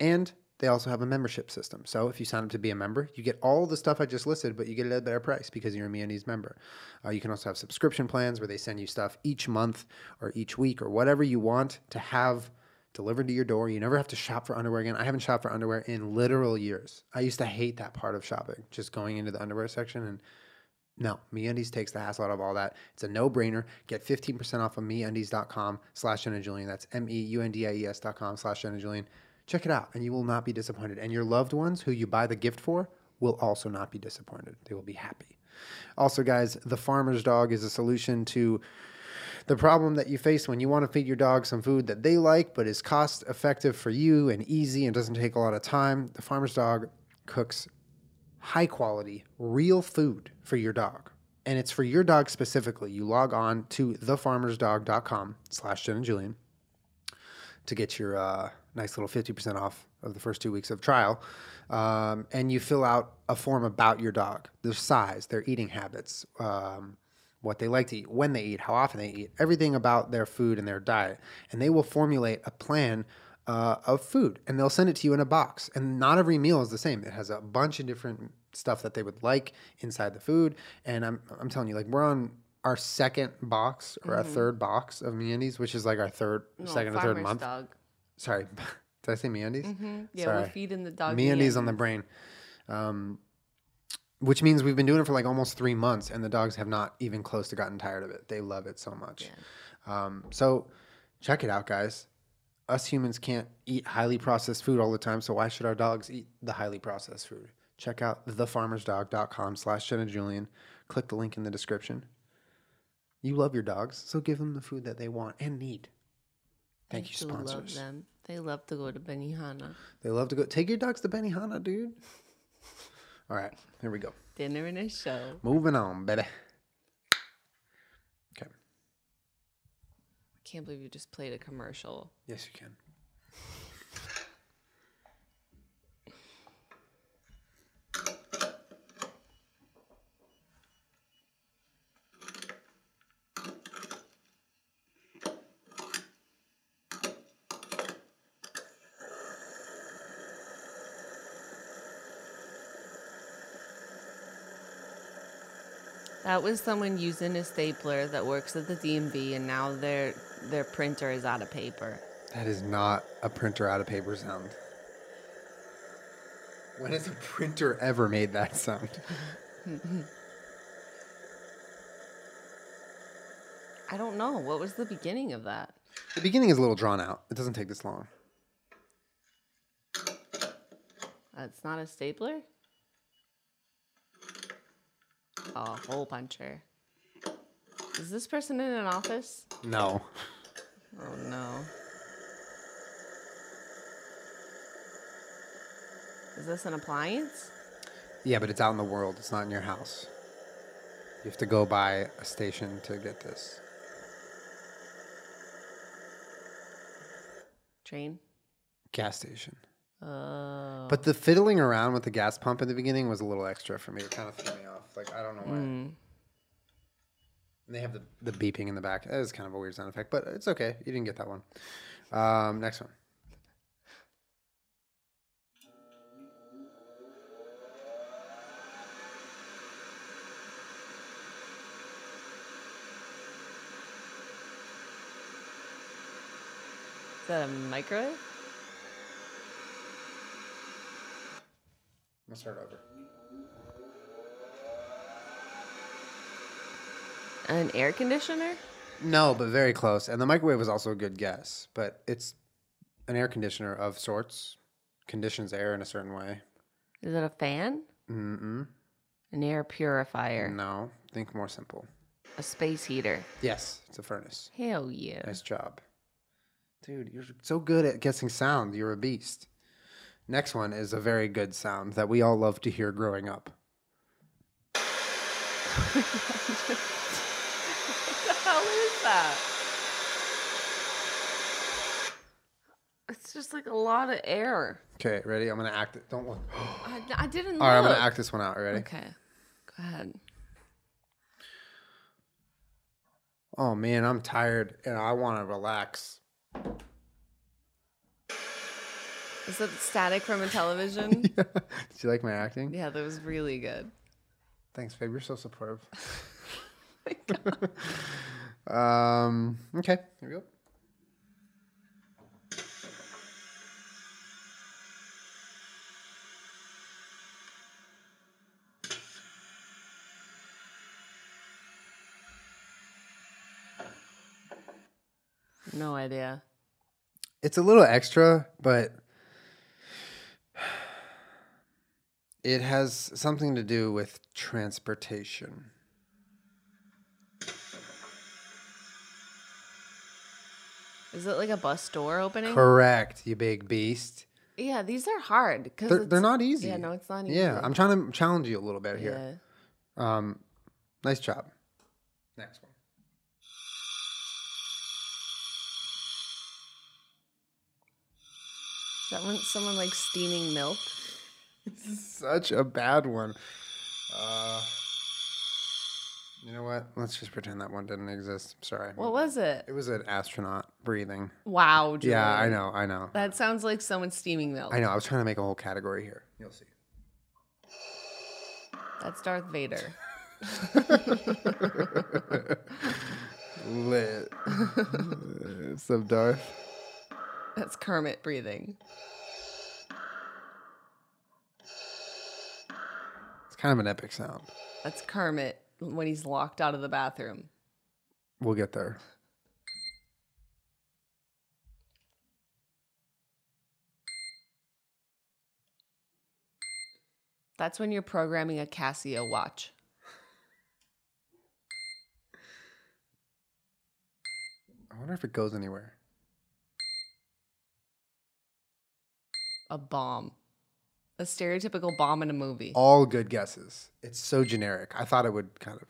Speaker 2: And they also have a membership system. So if you sign up to be a member, you get all the stuff I just listed, but you get it at a better price because you're a MeUndies member. Uh, you can also have subscription plans where they send you stuff each month or each week or whatever you want to have delivered to your door. You never have to shop for underwear again. I haven't shopped for underwear in literal years. I used to hate that part of shopping, just going into the underwear section and no, MeUndies takes the hassle out of all that. It's a no-brainer. Get 15% off of MeUndies.com slash Jenna Julian. That's E M-E-U-N-D-I-E-S dot com slash Jenna Julian. Check it out, and you will not be disappointed. And your loved ones who you buy the gift for will also not be disappointed. They will be happy. Also, guys, the farmer's dog is a solution to the problem that you face when you want to feed your dog some food that they like but is cost effective for you and easy and doesn't take a lot of time. The farmer's dog cooks high quality, real food for your dog. And it's for your dog specifically. You log on to thefarmersdog.com slash Jen and Julian to get your uh, nice little 50% off of the first two weeks of trial. Um, and you fill out a form about your dog, their size, their eating habits, um, what they like to eat, when they eat, how often they eat, everything about their food and their diet. And they will formulate a plan uh, of food and they'll send it to you in a box. And not every meal is the same, it has a bunch of different stuff that they would like inside the food. And I'm, I'm telling you, like, we're on. Our second box or a third box of MeUndies, which is like our third, second or third
Speaker 4: Farmer's
Speaker 2: month
Speaker 4: Dog.
Speaker 2: sorry, [laughs] did I say MeUndies?
Speaker 1: Mm-hmm.
Speaker 4: Yeah, we're
Speaker 2: Sorry.
Speaker 4: feeding the dog.
Speaker 2: MeUndies on the brain. Um, which means we've been doing it for like almost three months, and the dogs have not even close to gotten tired of it. They love it so much. Um, so check it out, guys. Us humans can't eat highly processed food all the time, so why should our dogs eat the highly processed food? Check out thefarmersdog.com slash Jenna Julian. Click the link in the description. You love your dogs, so give them the food that they want and need. Thank you, sponsors.
Speaker 4: Love them. They love to go to Benihana.
Speaker 2: They love to go. Take your dogs to Benihana, dude. All right, here we go.
Speaker 4: Dinner and a show.
Speaker 2: Moving on, baby. Okay.
Speaker 4: I can't believe you just played a commercial.
Speaker 2: Yes, you can.
Speaker 4: That was someone using a stapler that works at the DMV, and now their their printer is out of paper.
Speaker 2: That is not a printer out of paper sound. When has a printer ever made that sound?
Speaker 4: I don't know what was the beginning of that.
Speaker 2: The beginning is a little drawn out. It doesn't take this long.
Speaker 4: That's not a stapler. Oh, hole puncher. Is this person in an office?
Speaker 2: No.
Speaker 4: Oh no. Is this an appliance?
Speaker 2: Yeah, but it's out in the world. It's not in your house. You have to go by a station to get this.
Speaker 4: Train.
Speaker 2: Gas station.
Speaker 4: Oh.
Speaker 2: But the fiddling around with the gas pump at the beginning was a little extra for me. It kind of threw me off. Like I don't know why. And they have the, the beeping in the back. That is kind of a weird sound effect, but it's okay. You didn't get that one. Um, next one.
Speaker 4: Is that a microwave?
Speaker 2: I'm gonna start over.
Speaker 1: An air conditioner?
Speaker 2: No, but very close. And the microwave was also a good guess, but it's an air conditioner of sorts, conditions air in a certain way.
Speaker 1: Is it a fan?
Speaker 2: Mm-mm.
Speaker 1: An air purifier?
Speaker 2: No, think more simple.
Speaker 1: A space heater?
Speaker 2: Yes, it's a furnace.
Speaker 1: Hell yeah.
Speaker 2: Nice job. Dude, you're so good at guessing sound. You're a beast. Next one is a very good sound that we all love to hear growing up.
Speaker 1: What the hell is that? It's just like a lot of air.
Speaker 2: Okay, ready? I'm going to act it. Don't look. All
Speaker 1: I, I didn't
Speaker 2: right, I'm
Speaker 1: look. [gasps]
Speaker 2: going to act this one out. Ready?
Speaker 1: Okay. Go ahead.
Speaker 2: Oh, man, I'm tired and I want to relax. [laughs]
Speaker 1: Is that static from a
Speaker 2: [laughs]
Speaker 1: television?
Speaker 2: Did you like my acting?
Speaker 1: yeah, that was really good.
Speaker 2: Thanks, babe. You're so
Speaker 1: [laughs]
Speaker 2: superb.
Speaker 1: Oh
Speaker 2: [laughs] um, okay, here we go.
Speaker 1: No idea.
Speaker 2: It's a little extra, but it has something to do with transportation.
Speaker 1: Is it like a bus door opening?
Speaker 2: Correct, you big beast.
Speaker 1: yeah, these are hard because
Speaker 2: They're, they're not easy.
Speaker 1: Yeah, no, it's not easy.
Speaker 2: Yeah, I'm trying to challenge you a little bit here.
Speaker 1: Yeah.
Speaker 2: Um, nice job. Next one.
Speaker 1: Is that when someone like steaming milk?
Speaker 2: Such a bad one. Uh, you know what? Let's just pretend that one didn't exist. Sorry.
Speaker 1: What was it?
Speaker 2: It was an astronaut breathing.
Speaker 1: Wow, Julian.
Speaker 2: Yeah, I know, I know.
Speaker 1: That sounds like someone steaming milk.
Speaker 2: I know. I was trying to make a whole category here. You'll see.
Speaker 1: That's Darth Vader.
Speaker 2: Lit. Sub Darth.
Speaker 1: That's Kermit breathing.
Speaker 2: It's kind of an epic sound.
Speaker 1: That's Kermit when he's locked out of the bathroom.
Speaker 2: We'll get there.
Speaker 1: That's when you're programming a Casio watch.
Speaker 2: I wonder if it goes anywhere.
Speaker 1: A bomb. A stereotypical bomb in a movie.
Speaker 2: All good guesses. It's so generic. I thought it would kind of.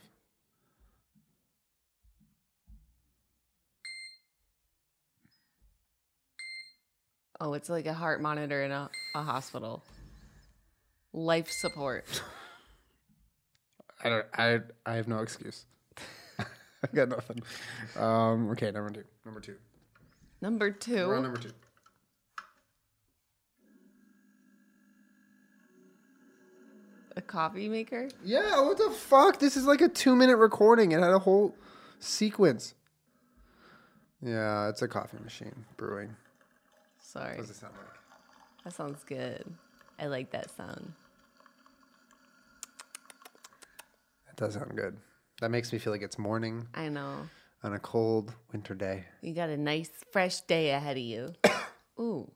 Speaker 1: Oh, it's like a heart monitor in a, a hospital. Life support.
Speaker 2: I don't. I. I have no excuse. [laughs] I got nothing. Um, okay, number two. Number two.
Speaker 1: Number
Speaker 2: We're
Speaker 1: two.
Speaker 2: on number two.
Speaker 1: A coffee maker.
Speaker 2: Yeah. What the fuck? This is like a two-minute recording. It had a whole sequence. Yeah, it's a coffee machine brewing.
Speaker 1: Sorry.
Speaker 2: What does it sound like?
Speaker 1: That sounds good. I like that sound.
Speaker 2: That does sound good. That makes me feel like it's morning
Speaker 1: I know.
Speaker 2: on a cold winter day.
Speaker 1: You got a nice fresh day ahead of you. [coughs] Ooh.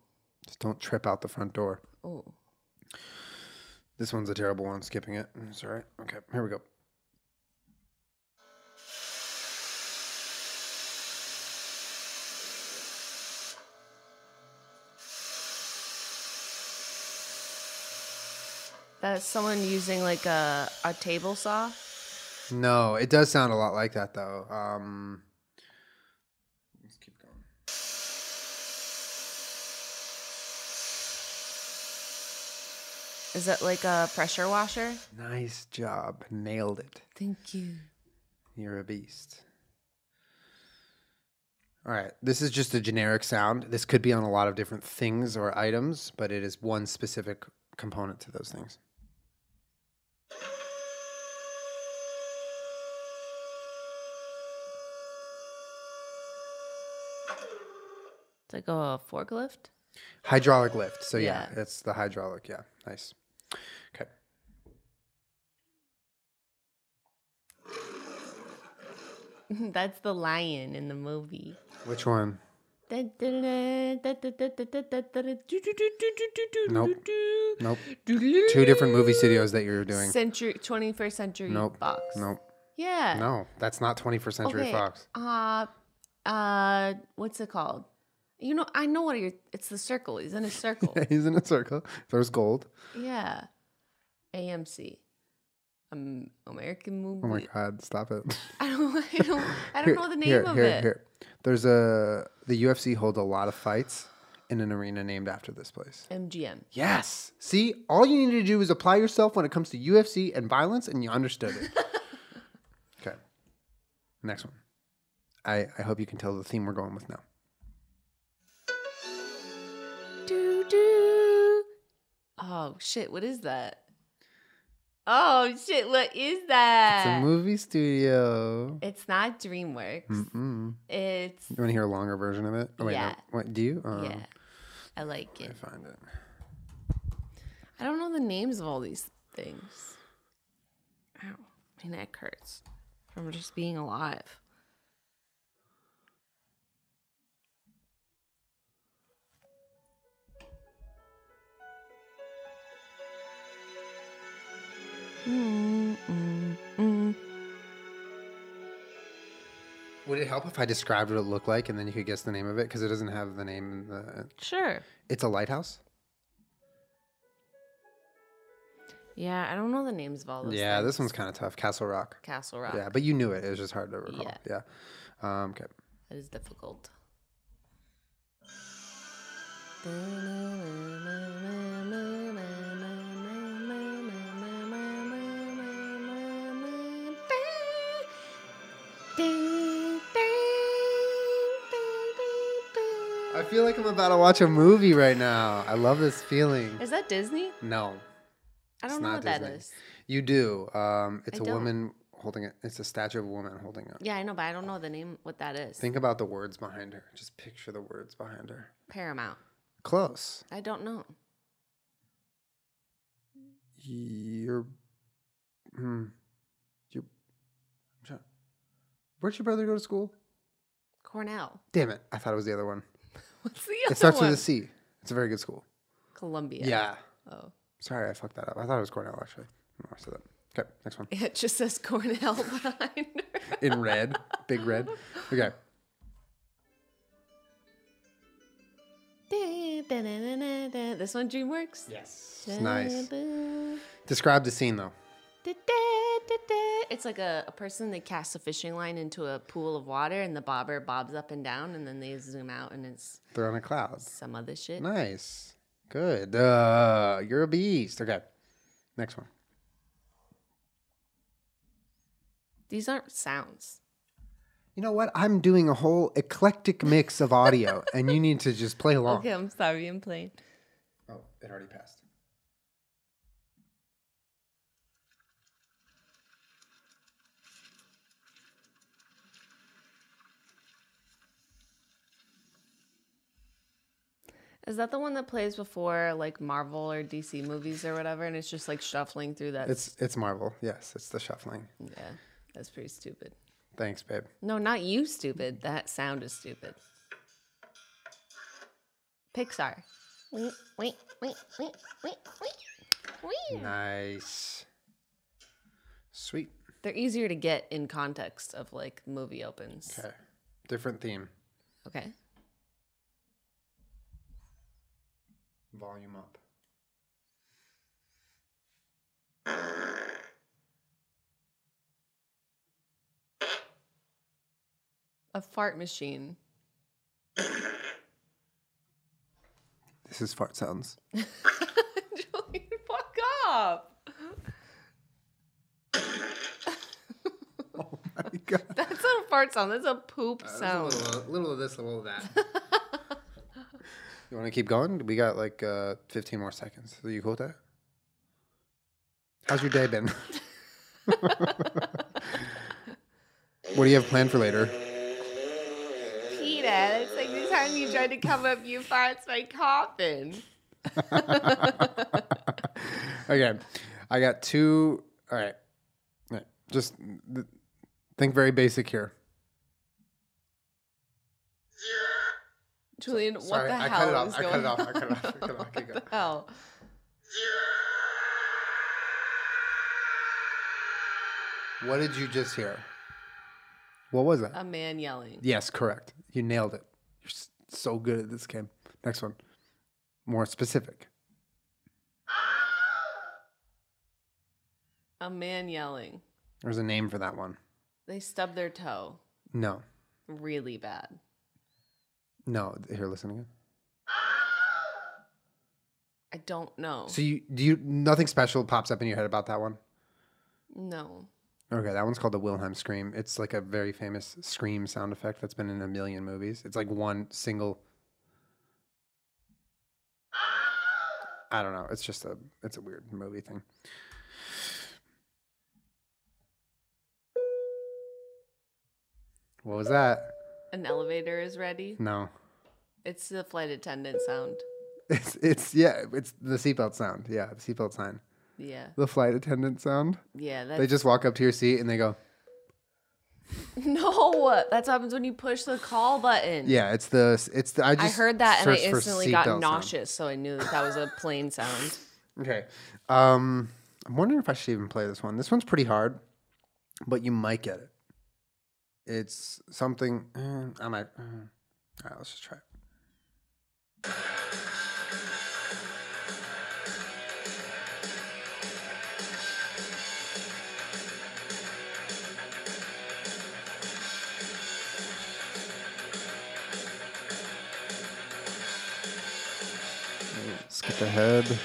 Speaker 2: Just don't trip out the front door.
Speaker 1: Ooh.
Speaker 2: This one's a terrible one. I'm skipping it. It's all right. Okay, here we go.
Speaker 1: That's someone using like a, a table saw.
Speaker 2: No, it does sound a lot like that though. Um, let's keep going.
Speaker 1: Is it like a pressure washer?
Speaker 2: Nice job. Nailed it.
Speaker 1: Thank you.
Speaker 2: You're a beast. All right. This is just a generic sound. This could be on a lot of different things or items, but it is one specific component to those things.
Speaker 1: It's like a forklift.
Speaker 2: Hydraulic lift. So, yeah,
Speaker 1: Yeah.
Speaker 2: it's the hydraulic. Yeah. Nice. Okay.
Speaker 1: [laughs] That's the lion in the movie.
Speaker 2: Which one? Nope. Two different movie studios that you're doing.
Speaker 1: Century, 21st Century
Speaker 2: Nope.
Speaker 1: Fox.
Speaker 2: Nope.
Speaker 1: Yeah.
Speaker 2: No, that's not 21st Century
Speaker 1: Okay.
Speaker 2: Fox. [laughs]
Speaker 1: Uh, uh, what's it called? You know, I know what you're. It's the circle. He's in a circle.
Speaker 2: He's in a circle. There's gold.
Speaker 1: yeah. AMC. Um, American movie.
Speaker 2: Oh my god, stop it.
Speaker 1: [laughs] I don't. I don't. I don't
Speaker 2: Here-
Speaker 1: know the name
Speaker 2: here,
Speaker 1: of
Speaker 2: here,
Speaker 1: it.
Speaker 2: Here. There's a the UFC holds a lot of fights in an arena named after this place.
Speaker 1: MGM.
Speaker 2: Yes. See, all you need to do is apply yourself when it comes to UFC and violence, and you understood
Speaker 1: [laughs]
Speaker 2: it. okay. Next one. I, I hope you can tell the theme we're going with now.
Speaker 1: Do do. Oh shit! What is that? Oh shit! What is that?
Speaker 2: It's a movie Mm. studio.
Speaker 1: It's not DreamWorks.
Speaker 2: Mm-mm.
Speaker 1: It's
Speaker 2: You want to hear a longer version of it? Oh, wait,
Speaker 1: Yeah.
Speaker 2: no. What, do you? Um,
Speaker 1: yeah. I like
Speaker 2: I
Speaker 1: it.
Speaker 2: find it.
Speaker 1: I don't know the names of all these things. Ow, my neck hurts from just being alive. Mm, mm, mm.
Speaker 2: Would it help if I described what it looked like and then you could guess the name of it? Because it doesn't have the name. In the...
Speaker 1: Sure.
Speaker 2: It's a lighthouse?
Speaker 1: Yeah, I don't know the names of all those.
Speaker 2: yeah,
Speaker 1: things.
Speaker 2: this one's kind of tough. Castle Rock.
Speaker 1: Castle Rock.
Speaker 2: Yeah, but you knew it. It was just hard to recall.
Speaker 1: Yeah.
Speaker 2: Yeah. Um, okay.
Speaker 1: That is difficult.
Speaker 2: I feel like I'm about to watch a movie right now. I love this feeling.
Speaker 1: Is that Disney?
Speaker 2: No,
Speaker 1: I
Speaker 2: It's
Speaker 1: don't know
Speaker 2: not
Speaker 1: what that is.
Speaker 2: Disney. you do. Um, it's
Speaker 1: I
Speaker 2: a
Speaker 1: don't.
Speaker 2: woman holding it. It's a statue of a woman holding it.
Speaker 1: Yeah, I know, but I don't know the name. What that is?
Speaker 2: Think about the words behind her. Just picture the words behind her.
Speaker 1: Paramount.
Speaker 2: Close.
Speaker 1: I don't know.
Speaker 2: Your, hmm, your, I'm trying- where'd your brother go to school?
Speaker 1: Cornell. [laughs]
Speaker 2: Damn it! I thought it was the other one.
Speaker 1: What's the other
Speaker 2: It starts
Speaker 1: one?
Speaker 2: with a C. It's a very good school.
Speaker 1: Columbia.
Speaker 2: Yeah.
Speaker 1: Oh. [laughs]
Speaker 2: Sorry, I fucked that up. I thought it was Cornell actually. No, I said that. Okay, next one.
Speaker 1: It just says Cornell [laughs] behind her.
Speaker 2: In red, big red. Okay.
Speaker 1: This one DreamWorks.
Speaker 2: Yes. It's nice. Describe the scene though.
Speaker 1: It's like a, a person that casts a fishing line into a pool of water, and the bobber bobs up and down, and then they zoom out, and it's
Speaker 2: They're on a cloud.
Speaker 1: some other shit.
Speaker 2: Nice. Good. Uh, you're a beast. Okay. Next one.
Speaker 1: These aren't sounds.
Speaker 2: You know what? I'm doing a whole eclectic mix of [laughs] audio, and you need to just play along.
Speaker 1: Oh. Okay, I'm sorry, I'm playing.
Speaker 2: Oh, it already passed.
Speaker 1: Is that the one that plays before like Marvel or DC movies or whatever, and it's just like shuffling through that?
Speaker 2: It's it's Marvel. Yes, it's the shuffling.
Speaker 1: yeah, that's pretty stupid.
Speaker 2: Thanks, babe.
Speaker 1: No, not you, stupid. That sound is stupid. Pixar.
Speaker 5: Wait, wait, wait, wait, wait, wait. Wait.
Speaker 2: Nice. Sweet.
Speaker 1: They're easier to get in context of like movie opens.
Speaker 2: Okay. Different theme.
Speaker 1: Okay.
Speaker 2: Volume up.
Speaker 1: A fart machine. [laughs]
Speaker 2: This is fart sounds. [laughs]
Speaker 1: Julian, fuck up.
Speaker 2: Oh my god.
Speaker 1: That's not a fart sound. That's a poop sound.
Speaker 2: Uh, little, of this, a little of that. [laughs] you want to keep going? We got like uh, 15 more seconds. Are you cool with that? How's your day been? [laughs] what do you have planned for later? [laughs]
Speaker 1: Peter, it's like the time you tried to come up, you farts my coffin.
Speaker 2: Okay, I got two. All right, all right. just th- think very basic here.
Speaker 1: Julian,
Speaker 2: Sorry,
Speaker 1: what the
Speaker 2: I
Speaker 1: hell
Speaker 2: cut it off.
Speaker 1: is
Speaker 2: I
Speaker 1: going
Speaker 2: cut it off.
Speaker 1: on?
Speaker 2: I cut it off. I cut it off. Keep
Speaker 1: [laughs]
Speaker 2: going.
Speaker 1: What the hell?
Speaker 2: What did you just hear? What was that?
Speaker 1: A man yelling.
Speaker 2: yes, correct. You nailed it. You're s- so good at this game. Next one. More specific.
Speaker 1: A man yelling.
Speaker 2: There's a name for that one.
Speaker 1: They stub their toe
Speaker 2: No.
Speaker 1: really bad.
Speaker 2: No. Here, listen again.
Speaker 1: I don't know.
Speaker 2: So you do you nothing special pops up in your head about that one?
Speaker 1: No.
Speaker 2: Okay, that one's called the Wilhelm scream. It's like a very famous scream sound effect that's been in a million movies. It's like one single. I don't know. It's just a it's a weird movie thing. What was that?
Speaker 1: An elevator is ready.
Speaker 2: No, [laughs]
Speaker 1: It's the flight attendant sound.
Speaker 2: it's it's yeah, it's the seatbelt sound. Yeah, the seatbelt sign.
Speaker 1: Yeah.
Speaker 2: The flight attendant sound.
Speaker 1: Yeah. That's, [laughs]
Speaker 2: They just walk up to your seat and they go,
Speaker 1: no. That's what happens when you push the call button.
Speaker 2: "Yeah, it's the it's the." I
Speaker 1: I
Speaker 2: just
Speaker 1: heard that and I
Speaker 2: searched for
Speaker 1: instantly got
Speaker 2: seatbelt sound.
Speaker 1: nauseous, so I knew that that was a plane
Speaker 2: [laughs]
Speaker 1: sound.
Speaker 2: Okay. Um, I'm wondering if I should even play this one. This one's pretty hard, but you might get it. It's something mm, I might. mm. All right, let's just try it. Mm, Skip ahead.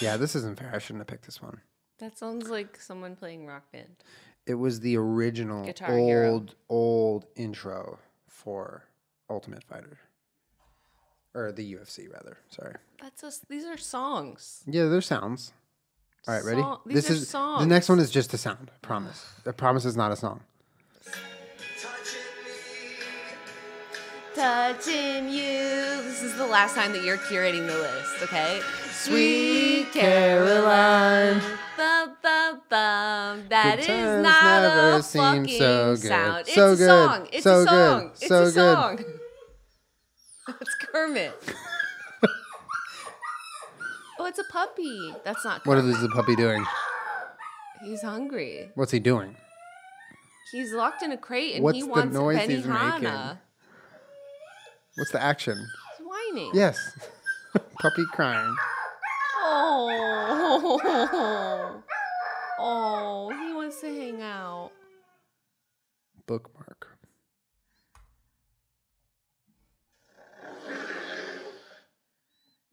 Speaker 2: Yeah, this isn't fair. I shouldn't have picked this one.
Speaker 1: That sounds like someone playing rock band.
Speaker 2: It was the original
Speaker 1: Guitar
Speaker 2: old,
Speaker 1: Hero.
Speaker 2: old intro for Ultimate Fighter. Or the UFC, rather. Sorry.
Speaker 1: That's us. These are songs.
Speaker 2: Yeah, there's sounds. All right, ready?
Speaker 1: Song- these
Speaker 2: this
Speaker 1: are
Speaker 2: is the next
Speaker 1: songs.
Speaker 2: one is just a sound. I promise. I promise is not a song.
Speaker 1: Touching you. This is the last time that you're curating the list, okay? Sweet Caroline. Bum, bum, bum. That
Speaker 2: Good
Speaker 1: is
Speaker 2: times
Speaker 1: not
Speaker 2: never
Speaker 1: a
Speaker 2: seem
Speaker 1: fucking
Speaker 2: so good.
Speaker 1: sound. It's
Speaker 2: So
Speaker 1: a
Speaker 2: good.
Speaker 1: song. It's
Speaker 2: So
Speaker 1: a
Speaker 2: good.
Speaker 1: song. It's
Speaker 2: So
Speaker 1: a
Speaker 2: good.
Speaker 1: song. [laughs] it's Kermit.
Speaker 2: [laughs]
Speaker 1: oh, it's a puppy. That's not
Speaker 2: What
Speaker 1: Kermit.
Speaker 2: is the puppy doing?
Speaker 1: He's hungry.
Speaker 2: What's he doing?
Speaker 1: He's locked in a crate and
Speaker 2: What's
Speaker 1: he
Speaker 2: the
Speaker 1: wants a
Speaker 2: noise he's
Speaker 1: Benihana.
Speaker 2: What's the action?
Speaker 1: He's whining.
Speaker 2: Yes. [laughs] puppy crying.
Speaker 1: Oh. [laughs] Oh, he wants to hang out.
Speaker 2: Bookmark.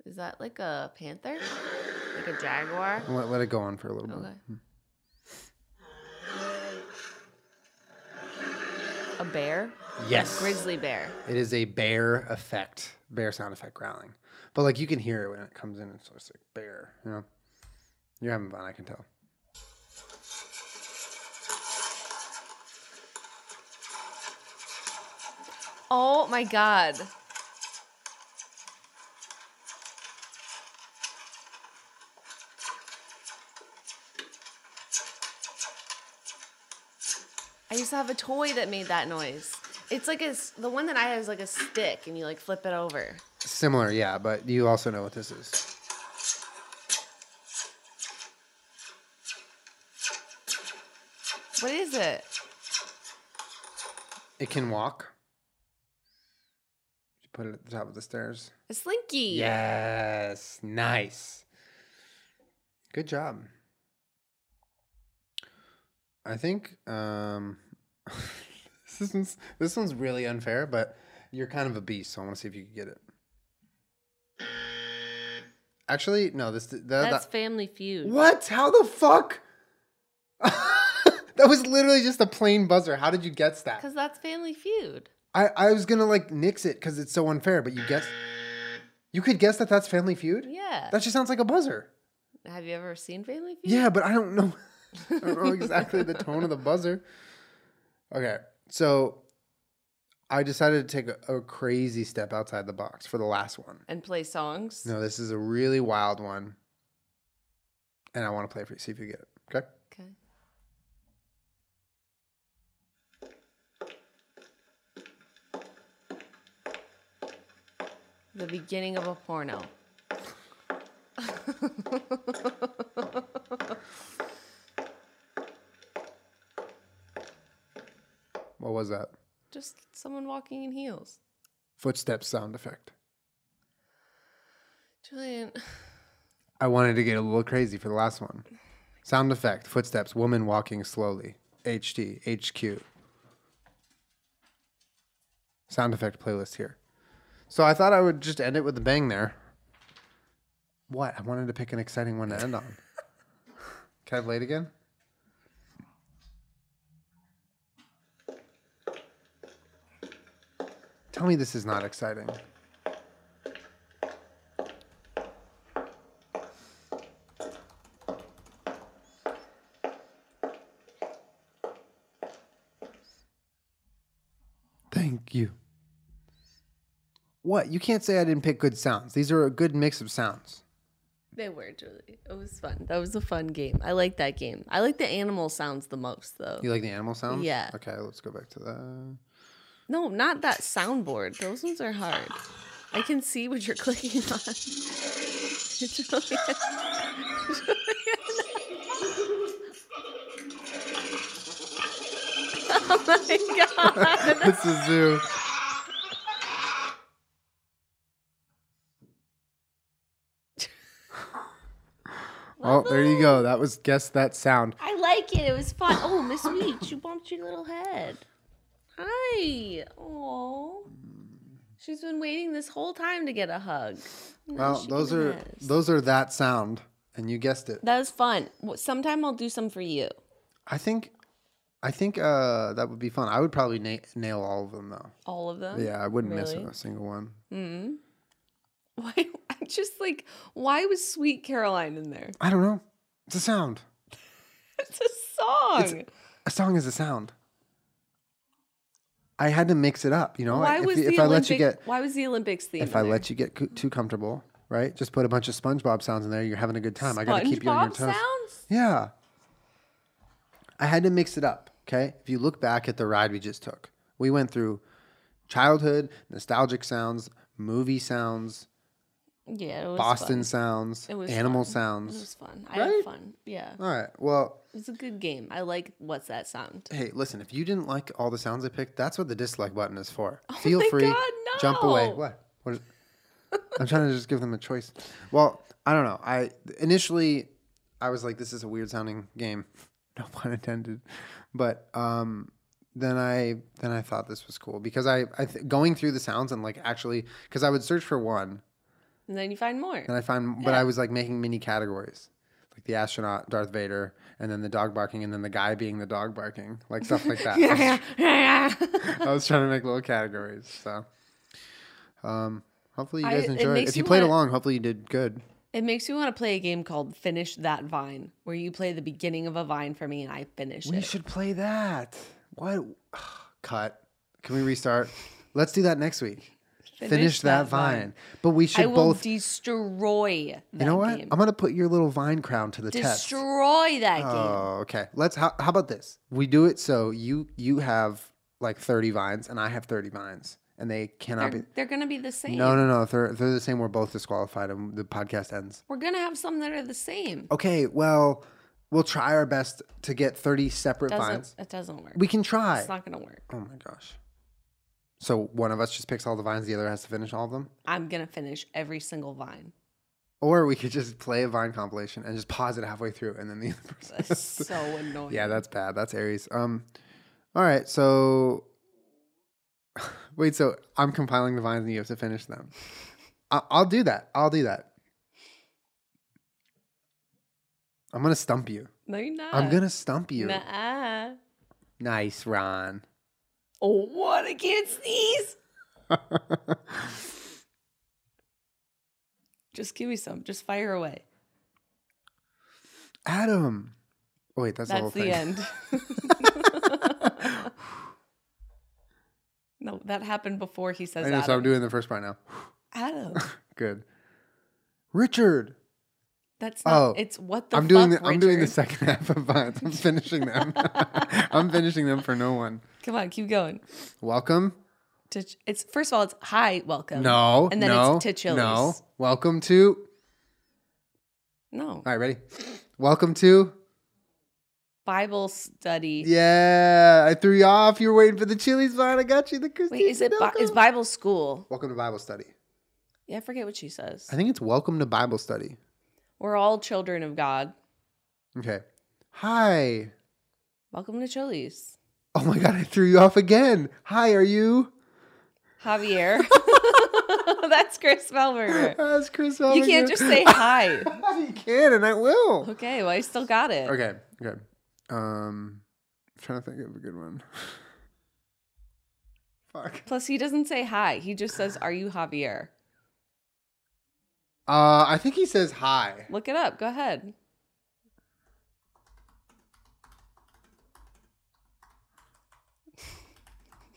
Speaker 1: Is that like a panther? Like a jaguar?
Speaker 2: Let, let it go on for a little bit.
Speaker 1: Okay. A bear?
Speaker 2: Yes.
Speaker 1: Grizzly bear.
Speaker 2: It is a bear effect, bear sound effect growling. But like you can hear it when it comes in. It's just like bear, you know. You're having fun, I can tell.
Speaker 1: Oh my god. I used to have a toy that made that noise. It's like a, s- the one that I had is like a stick and you like flip it over.
Speaker 2: Similar, yeah, but you also know what this is.
Speaker 1: What is it?
Speaker 2: It can walk. You put it at the top of the stairs.
Speaker 1: A slinky.
Speaker 2: Yes, nice. Good job. I think um, [laughs] this one's this one's really unfair, but you're kind of a beast, so I want to see if you can get it. Actually, no. This that,
Speaker 1: That's
Speaker 2: that-
Speaker 1: Family Feud.
Speaker 2: what? How the fuck? [laughs] that was literally just a plain buzzer. How did you guess that?
Speaker 1: Because that's Family Feud.
Speaker 2: I I was gonna like nix it because it's so unfair, but you guessed. You could guess that that's Family Feud.
Speaker 1: Yeah.
Speaker 2: That just sounds like a buzzer.
Speaker 1: Have you ever seen Family Feud?
Speaker 2: Yeah, but I don't know. [laughs] I don't know exactly the tone of the buzzer. Okay, so I decided to take a, a crazy step outside the box for the last one.
Speaker 1: And play songs.
Speaker 2: No, this is a really wild one, and I want to play it for you. See if you get it. Okay.
Speaker 1: Okay. The beginning of a porno. [laughs]
Speaker 2: What was that?
Speaker 1: Just someone walking in heels.
Speaker 2: Footstep sound effect.
Speaker 1: Julian, [laughs]
Speaker 2: I wanted to get a little crazy for the last one. Sound effect, footsteps, woman walking slowly. HD, HQ. Sound effect playlist here. So I thought I would just end it with a bang there. What? I wanted to pick an exciting one to end on. Can I play it again? Tell me this is not exciting. Thank you. What? You can't say I didn't pick good sounds. These are a good mix of sounds.
Speaker 1: they were Julie. It was fun. That was a fun game. I like that game. I like the animal sounds the most though.
Speaker 2: You like the animal sounds?
Speaker 1: Yeah.
Speaker 2: Okay, let's go back to [laughs] that.
Speaker 1: No, not that soundboard. Those ones are hard. I can see what you're clicking on. [laughs] Julian. oh my god.
Speaker 2: it's a
Speaker 1: [laughs]
Speaker 2: zoo. oh, there you go. That was guess that sound.
Speaker 4: I like it. It was fun. Oh, Miss Weech, you bumped your little head.
Speaker 1: Hi. Oh. She's been waiting this whole time to get a hug.
Speaker 2: Well, those are those are that sound, and you guessed it.
Speaker 1: That was fun. Well, Sometime I'll do some for you.
Speaker 2: I think, I think uh, that would be fun. I would probably na- nail all of them though.
Speaker 1: All of them.
Speaker 2: Yeah, I wouldn't miss
Speaker 1: Really?
Speaker 2: a single one.
Speaker 1: Mm-hmm. Why? [laughs] I'm just like, why was Sweet Caroline in there? [laughs]
Speaker 2: I don't know. It's a sound.
Speaker 1: It's a song.
Speaker 2: A song is a sound. I had to mix it up, you know.
Speaker 1: why
Speaker 2: Oh, if,
Speaker 1: was
Speaker 2: if
Speaker 1: the
Speaker 2: I
Speaker 1: Olympic,
Speaker 2: let you get
Speaker 1: Why was the Olympics theme?
Speaker 2: if I let you get co- too comfortable, right? Just put a bunch of SpongeBob sounds in there. You're having a good time. I got to keep you on your toes.
Speaker 1: sounds.
Speaker 2: Yeah. I had to mix it up. Okay. If you look back at the ride we just took, we went through childhood, nostalgic sounds, movie sounds,
Speaker 1: Yeah, it was
Speaker 2: Boston
Speaker 1: Fun.
Speaker 2: sounds,
Speaker 1: It was
Speaker 2: animal
Speaker 1: fun. It
Speaker 2: sounds.
Speaker 1: was fun. I had fun. Yeah,
Speaker 2: All right. Well,
Speaker 1: it's a good game. I like what's that sound?
Speaker 2: hey, listen, if you didn't like all the sounds I picked, that's what the dislike button is for. Feel
Speaker 1: Oh my
Speaker 2: free,
Speaker 1: God,
Speaker 2: jump away.
Speaker 1: no.
Speaker 2: What? What is, I'm trying to just give them a choice. Well, I don't know. I initially I was like, this is a weird sounding game. [laughs] No pun intended. But um then I then I thought this was cool because I, I th- going through the sounds and like actually because I would search for one
Speaker 1: And then you find more. [laughs]
Speaker 2: and I found, but I was like making mini categories, like the astronaut, Darth Vader, and then the dog barking, and then the guy being the dog barking, like
Speaker 1: [laughs]
Speaker 2: stuff like that. I was trying to make little categories. So, um, hopefully you
Speaker 1: I-
Speaker 2: guys
Speaker 1: it
Speaker 2: enjoyed.
Speaker 1: makes
Speaker 2: If you
Speaker 1: you
Speaker 2: played
Speaker 1: wanna-
Speaker 2: along, hopefully you did good.
Speaker 1: [laughs] It makes me want to play a game called Finish That Vine, where you play the beginning of a vine for me and I finish
Speaker 2: We
Speaker 1: it.
Speaker 2: should play that. What? [sighs] Cut. Can we restart? Let's do that next week. Finish, that, vine. But we should
Speaker 1: I will
Speaker 2: both.
Speaker 1: destroy that
Speaker 2: you know what?
Speaker 1: game.
Speaker 2: I'm gonna put your little vine crown to the test.
Speaker 1: Destroy that game.
Speaker 2: Oh, okay. Let's. How, how about this? We do it so you you have like thirty vines and I have thirty vines, and they cannot
Speaker 1: They're, they're gonna be the
Speaker 2: be.
Speaker 1: same.
Speaker 2: No, no, no. If they're if they're the same. We're both disqualified, and the podcast ends.
Speaker 1: We're gonna have some that are the same.
Speaker 2: Okay. Well, we'll try our best to get thirty separate
Speaker 1: Doesn't
Speaker 2: vines.
Speaker 1: it doesn't work.
Speaker 2: We can try.
Speaker 1: it's not gonna work.
Speaker 2: oh my gosh. So one of us just picks all the vines, the other has to finish all of them.
Speaker 1: I'm gonna finish every single vine.
Speaker 2: [laughs] Or we could just play a vine compilation and just pause it halfway through, and then the other person.
Speaker 1: That's so annoying.
Speaker 2: Yeah, that's bad. That's Aries. Um, all right. So, [laughs] wait. So I'm compiling the vines, and you have to finish them. I- I'll do that. I'll do that. I'm gonna stump you.
Speaker 1: No, you're not.
Speaker 2: I'm gonna stump you.
Speaker 1: Nuh-uh.
Speaker 2: Nice, Ron.
Speaker 1: Oh what I can't
Speaker 2: [laughs]
Speaker 1: sneeze. Just give me some. Just fire away.
Speaker 2: Adam. Oh, wait, that's, the whole
Speaker 1: That's the
Speaker 2: thing.
Speaker 1: end. [laughs] no, that happened before he says
Speaker 2: [laughs] I know,
Speaker 1: Adam.
Speaker 2: so I'm doing the first part now. [sighs]
Speaker 1: Adam.
Speaker 2: Good. Richard.
Speaker 1: That's not.
Speaker 2: Oh.
Speaker 1: it's what the
Speaker 2: I'm doing
Speaker 1: fuck,
Speaker 2: the, I'm doing the
Speaker 1: Richard?
Speaker 2: second [laughs] half of vines.
Speaker 1: [laughs]
Speaker 2: I'm [laughs] finishing them. I'm finishing them for no one.
Speaker 1: Come on, keep going.
Speaker 2: Welcome
Speaker 1: to it's first of all it's hi welcome.
Speaker 2: No.
Speaker 1: and then
Speaker 2: no,
Speaker 1: it's to Chili's.
Speaker 2: No. Welcome to.
Speaker 1: no
Speaker 2: All right, ready? Welcome to.
Speaker 1: Bible study.
Speaker 2: Yeah, I threw you off. You were waiting for the Chili's vine. I got you the Christine.
Speaker 1: Wait, is it bi-
Speaker 2: Sudoku.
Speaker 1: is Bible school?
Speaker 2: Welcome to Bible study.
Speaker 1: Yeah, I forget what she says.
Speaker 2: I think it's welcome to Bible study.
Speaker 1: We're all children of God.
Speaker 2: Okay. Hi.
Speaker 1: Welcome to Chili's.
Speaker 2: Oh my God, I threw you off again. Hi, are you? [laughs]
Speaker 1: Javier. [laughs] That's Chris Melberger.
Speaker 2: That's Chris.
Speaker 1: You can't just say hi.
Speaker 2: [laughs] you can, and I will.
Speaker 1: Okay, well I still got it.
Speaker 2: Okay. Okay. Um, I'm trying to think of a good one. [laughs] Fuck.
Speaker 1: Plus he doesn't say hi. He just says, Are you Javier?
Speaker 2: Uh, I think he says hi. [laughs]
Speaker 1: Look it up. Go ahead.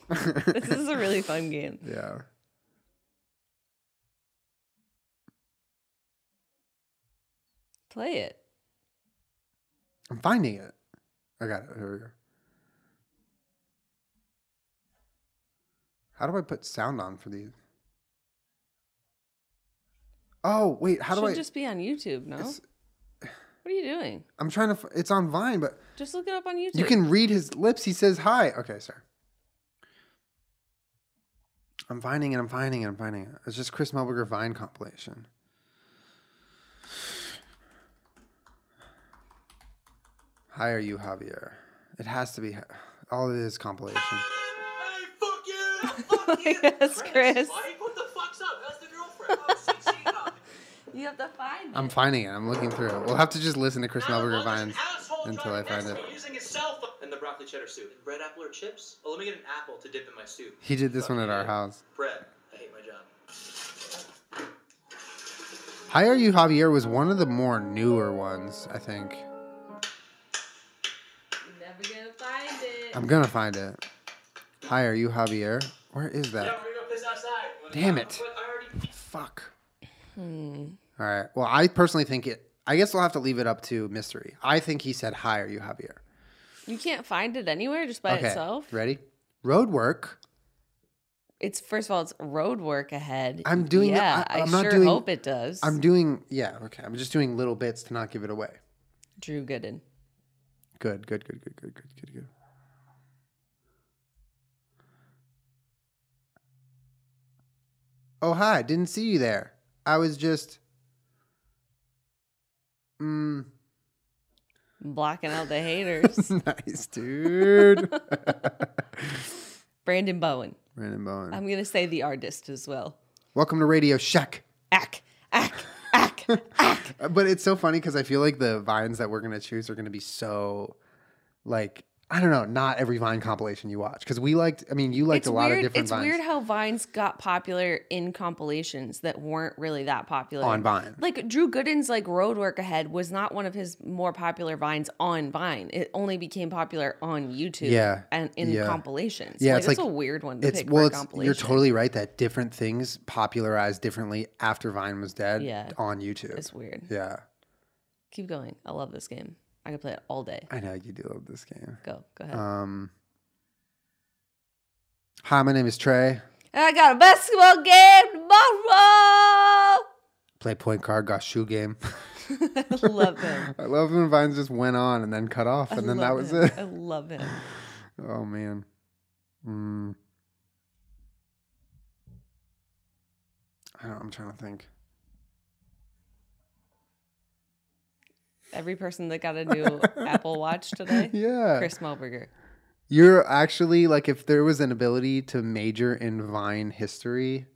Speaker 1: This is a really fun game.
Speaker 2: yeah.
Speaker 1: Play it.
Speaker 2: I'm finding it. I got it. Here we go. How do I put sound on for these? Oh wait, how
Speaker 1: Should
Speaker 2: do I?
Speaker 1: just be on YouTube, no?
Speaker 2: It's-
Speaker 1: What are you doing?
Speaker 2: I'm trying to. f- It's on Vine, but
Speaker 1: Just look it up on YouTube.
Speaker 2: you can read his lips. He says hi. Okay, sorry. I'm finding it. I'm finding it. I'm finding it. It's just Chris Melberger Vine compilation. Hi, are you Javier? It has to be. Ha- All it is compilation.
Speaker 6: Hey, fuck you! Fuck you!
Speaker 1: [laughs] Yes, Chris.
Speaker 6: Mike, what the fuck's up? How's the girlfriend? Oh, she's cheating on me.
Speaker 1: You have to find
Speaker 2: I'm finding it. I'm looking through it. We'll have to just listen to Chris
Speaker 6: Now the
Speaker 2: Melberger
Speaker 6: mother's an
Speaker 2: Vines
Speaker 6: asshole
Speaker 2: until I
Speaker 6: trying to
Speaker 2: find
Speaker 6: text me
Speaker 2: it.
Speaker 6: Using his cell phone. And the broccoli cheddar soup. Red apple or chips? Oh, let me get an apple to dip in my soup.
Speaker 2: He did this one at our
Speaker 6: Fucking
Speaker 2: house.
Speaker 6: Bread. I hate my job.
Speaker 2: Hi, are you Javier was one of the more newer ones, I think.
Speaker 1: Never gonna find it.
Speaker 2: I'm gonna find it. Hi, are you Javier? Where is
Speaker 6: Yeah,
Speaker 2: that?
Speaker 6: we're gonna go piss outside.
Speaker 2: Damn it.
Speaker 6: But I already-
Speaker 2: Fuck.
Speaker 1: Hmm.
Speaker 2: All right. Well, I personally think it. I guess we'll have to leave it up to mystery. I think he said, "Hi, are you Javier?"
Speaker 1: You can't find it anywhere just by itself.
Speaker 2: Ready? Road work.
Speaker 1: It's first of all, it's road work ahead.
Speaker 2: I'm doing it.
Speaker 1: Yeah,
Speaker 2: I-
Speaker 1: I,
Speaker 2: I'm not
Speaker 1: sure
Speaker 2: doing-
Speaker 1: hope it does.
Speaker 2: I'm doing. Yeah. Okay. I'm just doing little bits to not give it away.
Speaker 1: Drew Gooden.
Speaker 2: Good. Good. Good. Good. Good. Good. Good. Good. Oh hi! Didn't see you there. I was just. Mm,
Speaker 1: Blocking out the
Speaker 2: [laughs]
Speaker 1: haters.
Speaker 2: nice,
Speaker 1: [laughs]
Speaker 2: dude.
Speaker 1: Brandon Bowen.
Speaker 2: Brandon Bowen.
Speaker 1: I'm gonna say the artist as well.
Speaker 2: Welcome to Radio Shack.
Speaker 1: Ack, ack, ack.
Speaker 2: [laughs] Uh, But it's so funny because I feel like the vines that we're gonna choose are gonna be so, like, I don't know, not every vine compilation you watch because we liked. I mean, you liked
Speaker 1: It's
Speaker 2: a lot
Speaker 1: weird.
Speaker 2: of different
Speaker 1: it's
Speaker 2: vines
Speaker 1: weird how Vines got popular in compilations that weren't really that popular
Speaker 2: on Vine.
Speaker 1: Like Drew Gooden's like Road Work Ahead was not one of his more popular vines on Vine. It only became popular on YouTube.
Speaker 2: Yeah.
Speaker 1: and in
Speaker 2: Yeah.
Speaker 1: compilations.
Speaker 2: Yeah, it's
Speaker 1: that's
Speaker 2: like-
Speaker 1: a weird one to
Speaker 2: it's
Speaker 1: pick
Speaker 2: well,
Speaker 1: for a
Speaker 2: it's,
Speaker 1: compilation.
Speaker 2: you're totally right that different things popularized differently after Vine was dead
Speaker 1: Yeah.
Speaker 2: on
Speaker 1: [laughs]
Speaker 2: YouTube.
Speaker 1: It's weird.
Speaker 2: yeah,
Speaker 1: Keep going. I love this game. I could play it all day.
Speaker 2: I know you do love this game.
Speaker 1: Go, go ahead.
Speaker 2: Um, hi, my name is Trey.
Speaker 1: I got a basketball game tomorrow.
Speaker 2: Play point guard, got shoe game.
Speaker 1: [laughs] I
Speaker 2: [laughs]
Speaker 1: love him.
Speaker 2: I love when Vines just went on and then cut off,
Speaker 1: I
Speaker 2: and then that
Speaker 1: love
Speaker 2: was
Speaker 1: him.
Speaker 2: it.
Speaker 1: I love him.
Speaker 2: [laughs] Oh man. Mm. I don't, I'm trying to think.
Speaker 1: Every person that got a
Speaker 2: [laughs]
Speaker 1: new Apple Watch today.
Speaker 2: Yeah.
Speaker 1: Chris Melberger.
Speaker 2: You're actually like if there was an ability to major in Vine history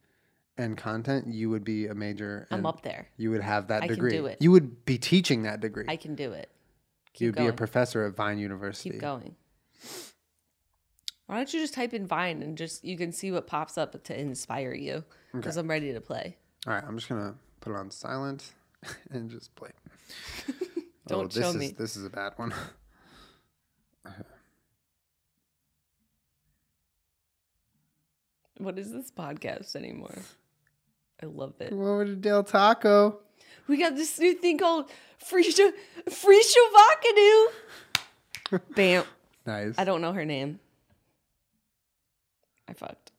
Speaker 2: and content, you would be a major
Speaker 1: I'm
Speaker 2: and
Speaker 1: up there.
Speaker 2: You would have that
Speaker 1: I can
Speaker 2: degree.
Speaker 1: do it.
Speaker 2: You would be teaching that degree.
Speaker 1: I can do it. Keep
Speaker 2: You'd
Speaker 1: going.
Speaker 2: be a professor at Vine University.
Speaker 1: Keep going. Why don't you just type in Vine and just you can see what pops up to inspire you? Because I'm ready to play.
Speaker 2: All right, I'm just gonna put it on silent [laughs] and just play. oh,
Speaker 1: [laughs] Don't
Speaker 2: this
Speaker 1: show
Speaker 2: is,
Speaker 1: me.
Speaker 2: This is a bad one. [laughs]
Speaker 1: What is this podcast anymore? I love it.
Speaker 2: What to Del Taco?
Speaker 1: We got this new thing called free Sho- free Shavakadu. Bam.
Speaker 2: Nice.
Speaker 1: I don't know her name. I fucked.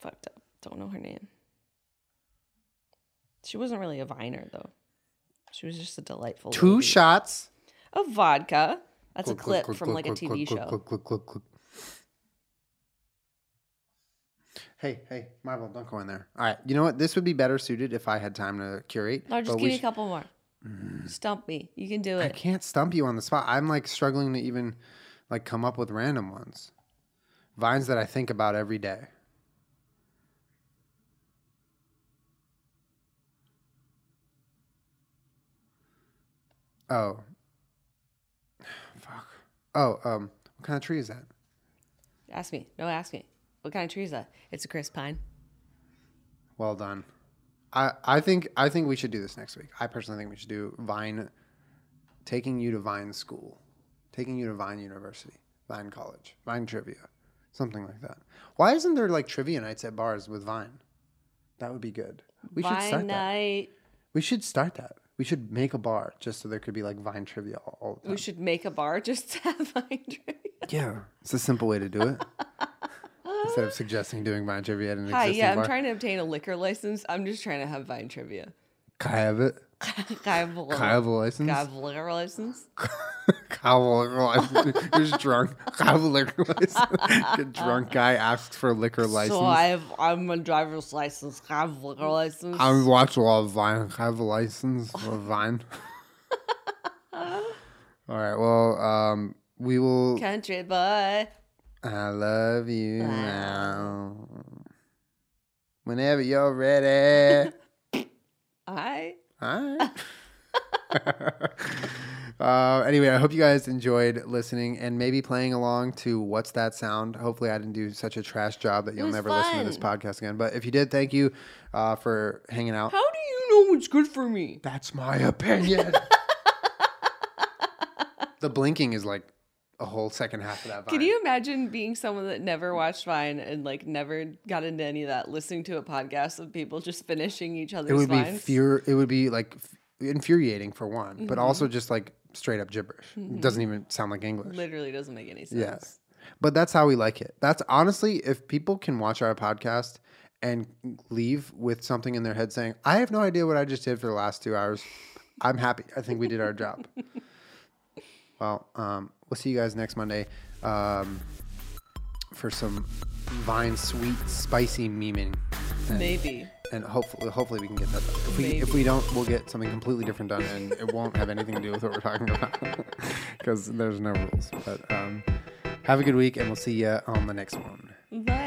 Speaker 1: fucked up. Don't know her name. She wasn't really a viner though. She was just a delightful
Speaker 2: Two
Speaker 1: lady.
Speaker 2: shots.
Speaker 1: of vodka. That's a clip
Speaker 2: Click, click,
Speaker 1: from like
Speaker 2: click,
Speaker 1: a
Speaker 2: click,
Speaker 1: TV
Speaker 2: click,
Speaker 1: show.
Speaker 2: click, click, click, click, click. Hey, hey, Marvel, don't go in there. All right. You know what? This would be better suited if I had time to curate.
Speaker 1: No, just
Speaker 2: but
Speaker 1: give
Speaker 2: we
Speaker 1: me a
Speaker 2: sh- Mm.
Speaker 1: couple more. Stump me. You can do
Speaker 2: I
Speaker 1: it.
Speaker 2: can't stump you on the spot. I'm like struggling to even like come up with random ones. Vines that I think about every day. Oh. [sighs] Fuck. Oh, um, what kind of tree is that?
Speaker 1: Ask me. No, ask me. What kind of tree is that? It's a crisp pine.
Speaker 2: Well done. I, I think I think we should do this next week. I personally think we should do Vine taking you to Vine school, taking you to Vine University, Vine College, Vine Trivia, something like that. Why isn't there like trivia nights at bars with Vine? That would be good. We should
Speaker 1: By
Speaker 2: start that.
Speaker 1: night.
Speaker 2: We should start that. We should make a bar just so there could be like Vine trivia all, all the
Speaker 1: We
Speaker 2: time.
Speaker 1: should make a bar just to have vine trivia. [laughs]
Speaker 2: yeah, it's a simple way to do it. [laughs] Instead of suggesting doing Vine trivia at an
Speaker 1: Hi,
Speaker 2: existing
Speaker 1: yeah, I'm
Speaker 2: bar,
Speaker 1: trying to obtain a liquor license. I'm just trying to have vine trivia. [laughs]
Speaker 2: Can I have it?
Speaker 1: I have a
Speaker 2: Can I have
Speaker 1: liquor
Speaker 2: a license?
Speaker 1: license.
Speaker 2: Kyle liquor [laughs] license. He was drunk. Kyle liquor license. A drunk guy asks for a liquor license.
Speaker 1: So I have, I'm a driver's license. I have a liquor license.
Speaker 2: I watch a lot of Vine. I have a license
Speaker 1: [laughs]
Speaker 2: for Vine. All right. Well, um, we will.
Speaker 1: Country boy.
Speaker 2: I love you now. Whenever
Speaker 1: [laughs]
Speaker 2: you're ready.
Speaker 1: I
Speaker 2: All right. uh, anyway, I hope you guys enjoyed listening and maybe playing along to What's That Sound. Hopefully, I didn't do such a trash job that you'll
Speaker 1: was
Speaker 2: never listen to this
Speaker 1: fun.
Speaker 2: podcast again. But if you did, thank you uh, for hanging out.
Speaker 1: How do you know what's good for me?
Speaker 2: That's
Speaker 1: [laughs]
Speaker 2: my opinion. the blinking is like a whole second half of that.
Speaker 1: Can
Speaker 2: vine.
Speaker 1: you imagine being someone that never watched Vine and like never got into any of that, listening to a podcast of people just finishing each other's
Speaker 2: It would be
Speaker 1: Vines?
Speaker 2: fear. It would be like f- infuriating for one, but
Speaker 1: Mm-hmm.
Speaker 2: also just like straight up gibberish. It doesn't even sound like English.
Speaker 1: Literally doesn't make any sense.
Speaker 2: Yeah. But that's how we like it. That's honestly, if people can watch our podcast and leave with something in their head saying, I have no idea what I just did for the last two hours, I'm happy. I think we did our job. well, um, we'll see you guys next Monday um, for some vine sweet, spicy memeing. And,
Speaker 1: Maybe.
Speaker 2: and hopefully, hopefully we can get that. Done. If we, if we don't, we'll get something completely different done, and it won't have anything to do with what we're talking about [laughs] because there's no rules. But um, have a good week, and we'll see you on the next one.
Speaker 1: Bye.